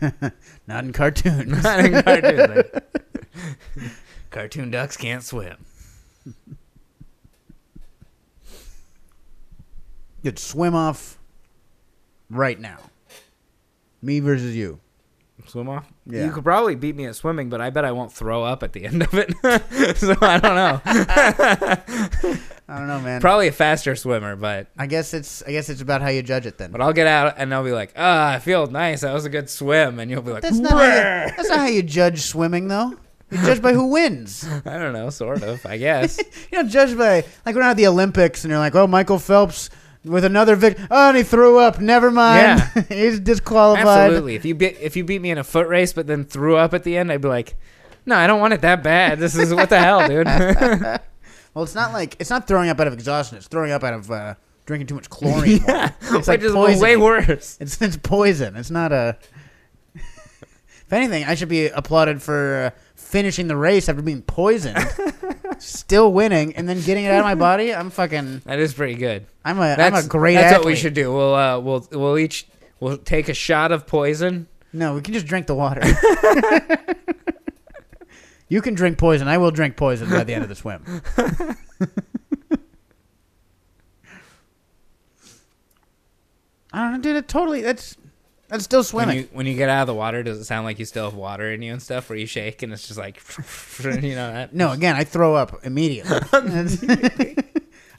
C: Not in cartoons.
A: Not in cartoons. Like, cartoon ducks can't swim.
C: Good swim off right now. Me versus you.
A: Swim off?
C: Yeah.
A: You could probably beat me at swimming, but I bet I won't throw up at the end of it. so I don't know.
C: I don't know, man.
A: Probably a faster swimmer, but
C: I guess it's I guess it's about how you judge it then.
A: but I'll get out and I'll be like, ah, I feel nice. That was a good swim, and you'll be like,
C: That's not, how you, that's not how you judge swimming though. You judge by who wins.
A: I don't know, sort of, I guess.
C: you know, judged by like we're not at the Olympics and you're like, oh, Michael Phelps with another victory. Oh, and he threw up. Never mind. He's disqualified.
A: Absolutely. If you beat if you beat me in a foot race, but then threw up at the end, I'd be like, no, I don't want it that bad. This is what the hell, dude.
C: Well, it's not like it's not throwing up out of exhaustion. It's throwing up out of uh, drinking too much chlorine. water. It's like
A: Which is
C: poison.
A: way worse.
C: It's it's poison. It's not a. if anything, I should be applauded for uh, finishing the race after being poisoned, still winning, and then getting it out of my body. I'm fucking.
A: That is pretty good.
C: I'm a. I'm
A: That's,
C: a great.
A: That's
C: athlete.
A: what we should do. We'll uh, we'll we'll each we'll take a shot of poison.
C: No, we can just drink the water. you can drink poison. I will drink poison by the end of the swim. I don't know, dude. It totally. That's that's still
A: When
C: swimming.
A: you when you get out of the water, does it sound like you still have water in you and stuff? Where you shake and it's just like, you know that.
C: no, again, I throw up immediately.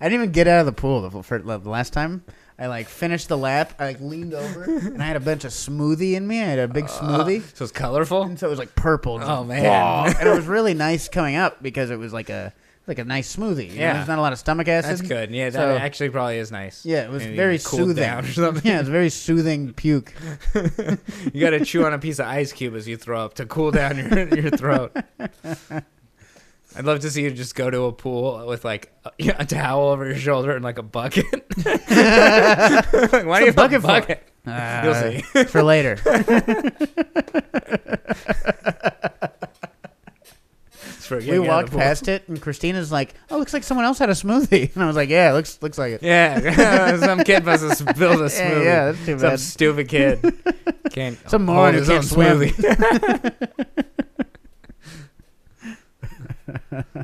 C: I didn't even get out of the pool the, for, the last time. I like finished the lap. I like leaned over and I had a bunch of smoothie in me. I had a
A: Uh,
C: big smoothie.
A: So it's colorful.
C: And so it was like purple.
A: Oh,
C: Just
A: man.
C: blah. and it was really nice coming up because it was like a it was like a nice smoothie. you know?
A: Yeah.
C: there's not a lot of stomach acid.
A: That's good. Yeah, that
C: So-
A: actually probably is nice.
C: Yeah, it was
A: And you
C: very
A: cooled
C: soothing.
A: down or something.
C: Yeah, it's very soothing puke.
A: you got to chew on a piece of ice cube as you throw up to cool down your your throat. I'd love to see you just go to a pool with like a, yeah, a towel over your shoulder and like a bucket. Like, why do you have a
C: bucket for?
A: bucket? You'll
C: Uh,
A: see.
C: for later.
A: It's for
C: we
A: getting out of the
C: walked
A: pool.
C: past it, and Christina's like, "Oh, looks like someone else had a smoothie," and I was like, "Yeah, it looks looks like it."
A: Yeah, some kid must have spilled a
C: Yeah,
A: smoothie.
C: yeah, that's too
A: some
C: bad.
A: stupid kid can't.
C: Some
A: hold
C: moron who
A: his
C: can't
A: own
C: swim.
A: smoothie.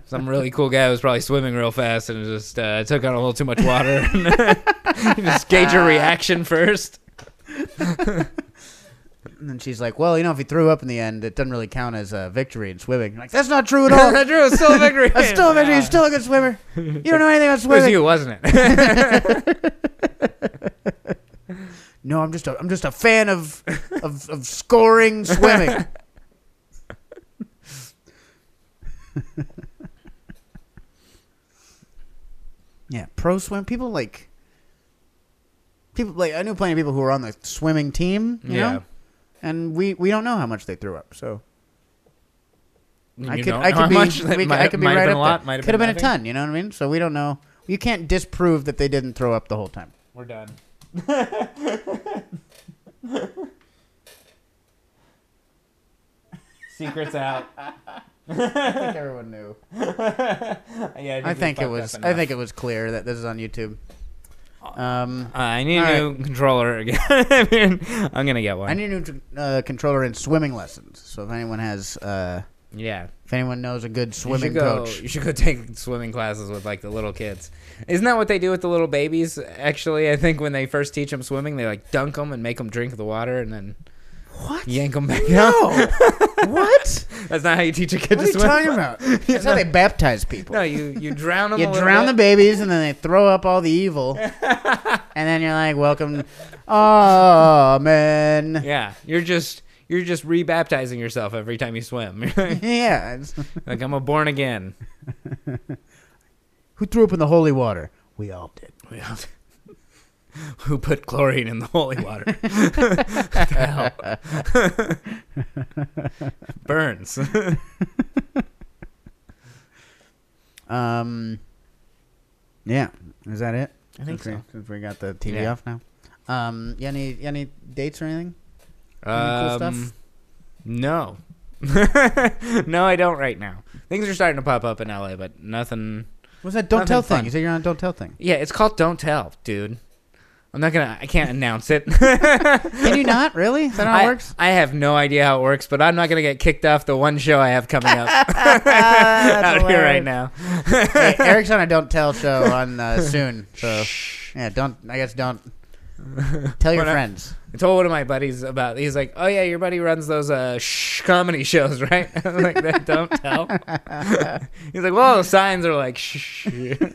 A: some really cool guy was probably swimming real fast and just uh, took on a little too much water. You just gauge your reaction first.
C: And then she's like, "Well, you know, if he threw up in the end, it doesn't really count as a victory in swimming." I'm like, that's not true at all.
A: Drew was still a victory.
C: That's still a victory. You're still a good swimmer. You don't know anything about
A: it was
C: swimming.
A: you, wasn't it?
C: No, I'm just a I'm just a fan of of, of scoring swimming. yeah, pro swim people like people like I knew plenty of people who were on the swimming team, you
A: yeah.
C: know, and we we don't know how much they threw up. So
A: You
C: I could
A: don't
C: I could
A: know how
C: be
A: much that
C: we,
A: might-
C: I could be
A: might have
C: right
A: been
C: up
A: a lot,
C: there.
A: might have
C: Could have been,
A: nothing.
C: a ton. You know what I mean? So we don't know. You can't disprove that they didn't throw up the whole time.
A: We're done. Secrets out.
C: I think everyone knew.
A: Yeah,
C: I think it was. I think it was clear that this is on YouTube.
A: Uh,
C: Um,
A: I need
C: All
A: a new controller again. I mean, I'm gonna get one.
C: I need a new uh, controller in swimming lessons. So if anyone has, uh,
A: yeah,
C: if anyone knows a good
A: you
C: swimming
A: should go.
C: coach,
A: You should go take swimming classes with like the little kids. Isn't that what they do with the little babies? Actually, I think when they first teach them swimming, they like dunk them and make them drink the water, and then
C: what?
A: yank them back out.
C: No, what?
A: That's not how you teach a kid
C: What
A: to
C: are you
A: swim.
C: talking about? That's how they baptize people.
A: No, you you drown them.
C: you drown the babies and then they throw up all the evil, and then you're like, "Welcome, amen."
A: Yeah, you're just you're just rebaptizing yourself every time you swim.
C: Yeah, it's-
A: like I'm a born again.
C: who threw up in the holy water? We all did.
A: Who put chlorine in the holy water? What the hell? Burns.
C: Um, yeah, is that it?
A: I think
C: Since we-
A: so.
C: Since we got the TV
A: Yeah.
C: off now. Um, you any you any dates or anything? Any cool
A: Um,
C: stuff?
A: No. no, I don't right now. Things are starting to pop up in LA, but nothing.
C: Was that don't
A: nothing
C: tell
A: fun.
C: thing? You said you're on a don't tell thing.
A: Yeah, it's called Don't Tell, dude. I'm not gonna. I can't announce it.
C: Can you not really? Is that how
A: I,
C: it works?
A: I have no idea how it works, but I'm not gonna get kicked off the one show I have coming up out here right now.
C: Hey, Eric's on a don't tell show on uh, soon. So
A: Shh.
C: yeah, don't. I guess don't tell your
A: We're not-
C: friends.
A: I told one of my buddies about. He's like, "Oh yeah, your buddy runs those uh shh comedy shows, right?" I was like, "That don't tell." he's like, "Well, the signs are like shh."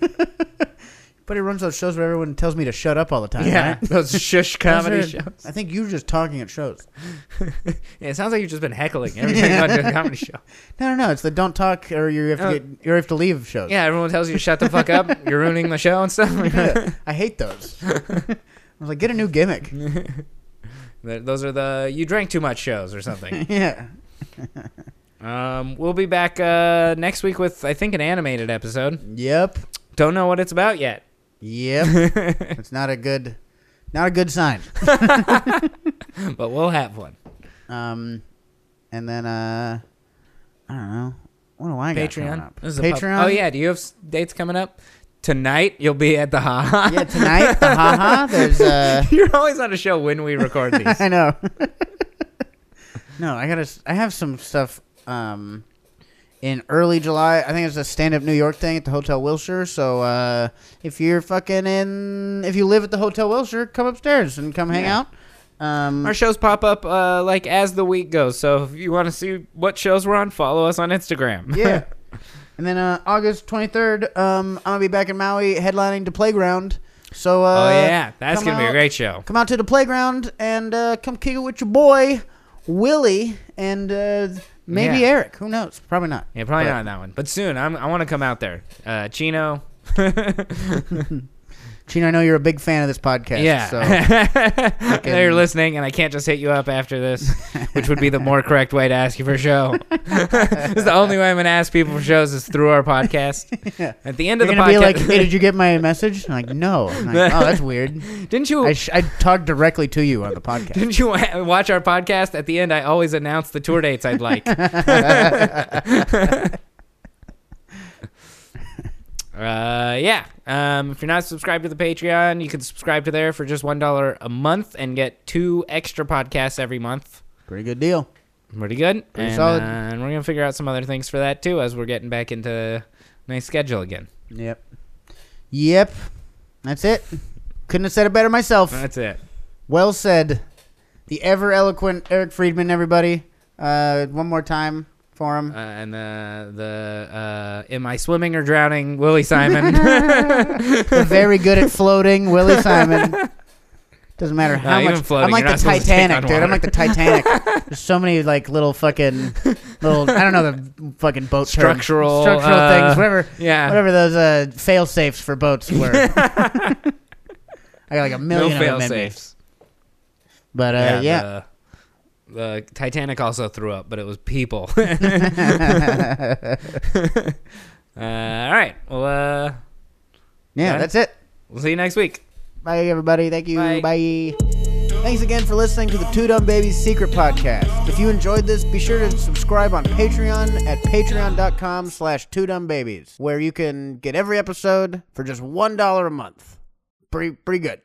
C: But he runs those shows where everyone tells me to shut up all the time.
A: Yeah,
C: right?
A: those shush comedy
C: Uh-huh. Those are-
A: shows.
C: I think you're just talking at shows.
A: Yeah, it sounds like you've just been heckling every time you go to a comedy show.
C: No, no, no. It's the don't talk or you have to
A: Oh.
C: get you have to leave shows.
A: Yeah, everyone tells you to shut the fuck up. You're ruining the show and stuff.
C: Yeah, I hate those. I was like, get a new gimmick.
A: Th- those are the you drank too much shows or something.
C: yeah.
A: Um, we'll be back uh, next week with I think an animated episode.
C: Yep.
A: Don't know what it's about yet.
C: Yep. it's not a good not a good sign.
A: but we'll have one.
C: Um and then uh I don't know. What do I got coming
A: Patreon.
C: up?
A: This is a pub-
C: Patreon.
A: oh yeah, do you have s- dates coming up? Tonight you'll be at the Ha Ha.
C: Yeah, tonight, the haha. There's uh
A: You're always on a show when we record these.
C: I know. no, I got to I have some stuff um in early July. I think it's a stand-up New York thing at the Hotel Wilshire. So uh if you're fucking in if you live at the Hotel Wilshire, come upstairs and come hang
A: Yeah.
C: out. Um
A: Our shows pop up uh, like as the week goes. So if you want to see what shows we're on, follow us on Instagram.
C: yeah. And then uh, August 23rd, um, I'm going to be back in Maui headlining to Playground. So, uh,
A: oh yeah, that's
C: come
A: gonna be a
C: out-
A: great show.
C: Come out to the Playground and uh, come kick it with your boy, Willie. And uh, Maybe
A: Yeah.
C: Eric. Who knows? Probably not.
A: Yeah, probably
C: But-
A: not that one, but soon. I'm, I want to come out there. Uh, Chino.
C: Gene, I know you're a big fan of this podcast.
A: yeah.
C: So
A: I know you're
C: Fucking-
A: listening, and I can't just hit you up after this, which would be the more correct way to ask you for a show. this is the only way I'm going to ask people for shows is through our podcast.
C: yeah.
A: At the end
C: You're
A: of the
C: gonna be like,
A: podcast,
C: "Hey, did you get my message?" I'm like, "No." I'm like, oh, that's weird.
A: didn't you?
C: I, sh- I talked directly to you on the podcast.
A: didn't you wa- watch our podcast? At the end, I always announce the tour dates I'd like. Uh, yeah. Um, if you're not subscribed to the Patreon, you can subscribe to there for just one dollar a month and get two extra podcasts every month.
C: Pretty good deal.
A: Pretty good.
C: Pretty
A: and,
C: solid.
A: uh, and we're gonna figure out some other things for that too as we're getting back into nice schedule again.
C: Yep. Yep. That's it. Couldn't have said it better myself.
A: That's it.
C: Well said. The ever eloquent Eric Friedman, everybody. Uh, one more time for him.
A: Uh, and the the uh, am I swimming or drowning? Willie Simon.
C: The very good at floating, Willie Simon. Doesn't matter how
A: even
C: much.
A: floating,
C: I'm like
A: you're
C: the
A: not supposed to take
C: Titanic,
A: on
C: dude. I'm
A: water.
C: like the Titanic. There's so many like little fucking little. I don't know the fucking boat term.
A: Structural,
C: structural
A: uh,
C: things, whatever,
A: yeah.
C: whatever those uh, fail safes for boats were. I got like a
A: No
C: million of
A: fail
C: them in me.
A: safes.
C: But uh, yeah,
A: The, the Titanic also threw up, but it was people. Uh, all right. Well, uh,
C: yeah,
A: Yeah.
C: that's it.
A: we'll see you next week.
C: Bye, everybody. Thank you.
A: Bye.
C: Bye. Thanks again for listening to the Two Dumb Babies Secret Podcast. If you enjoyed this, be sure to subscribe on Patreon at patreon.com slash two dumb babies, where you can get every episode for just $1 a month. Pretty, pretty good.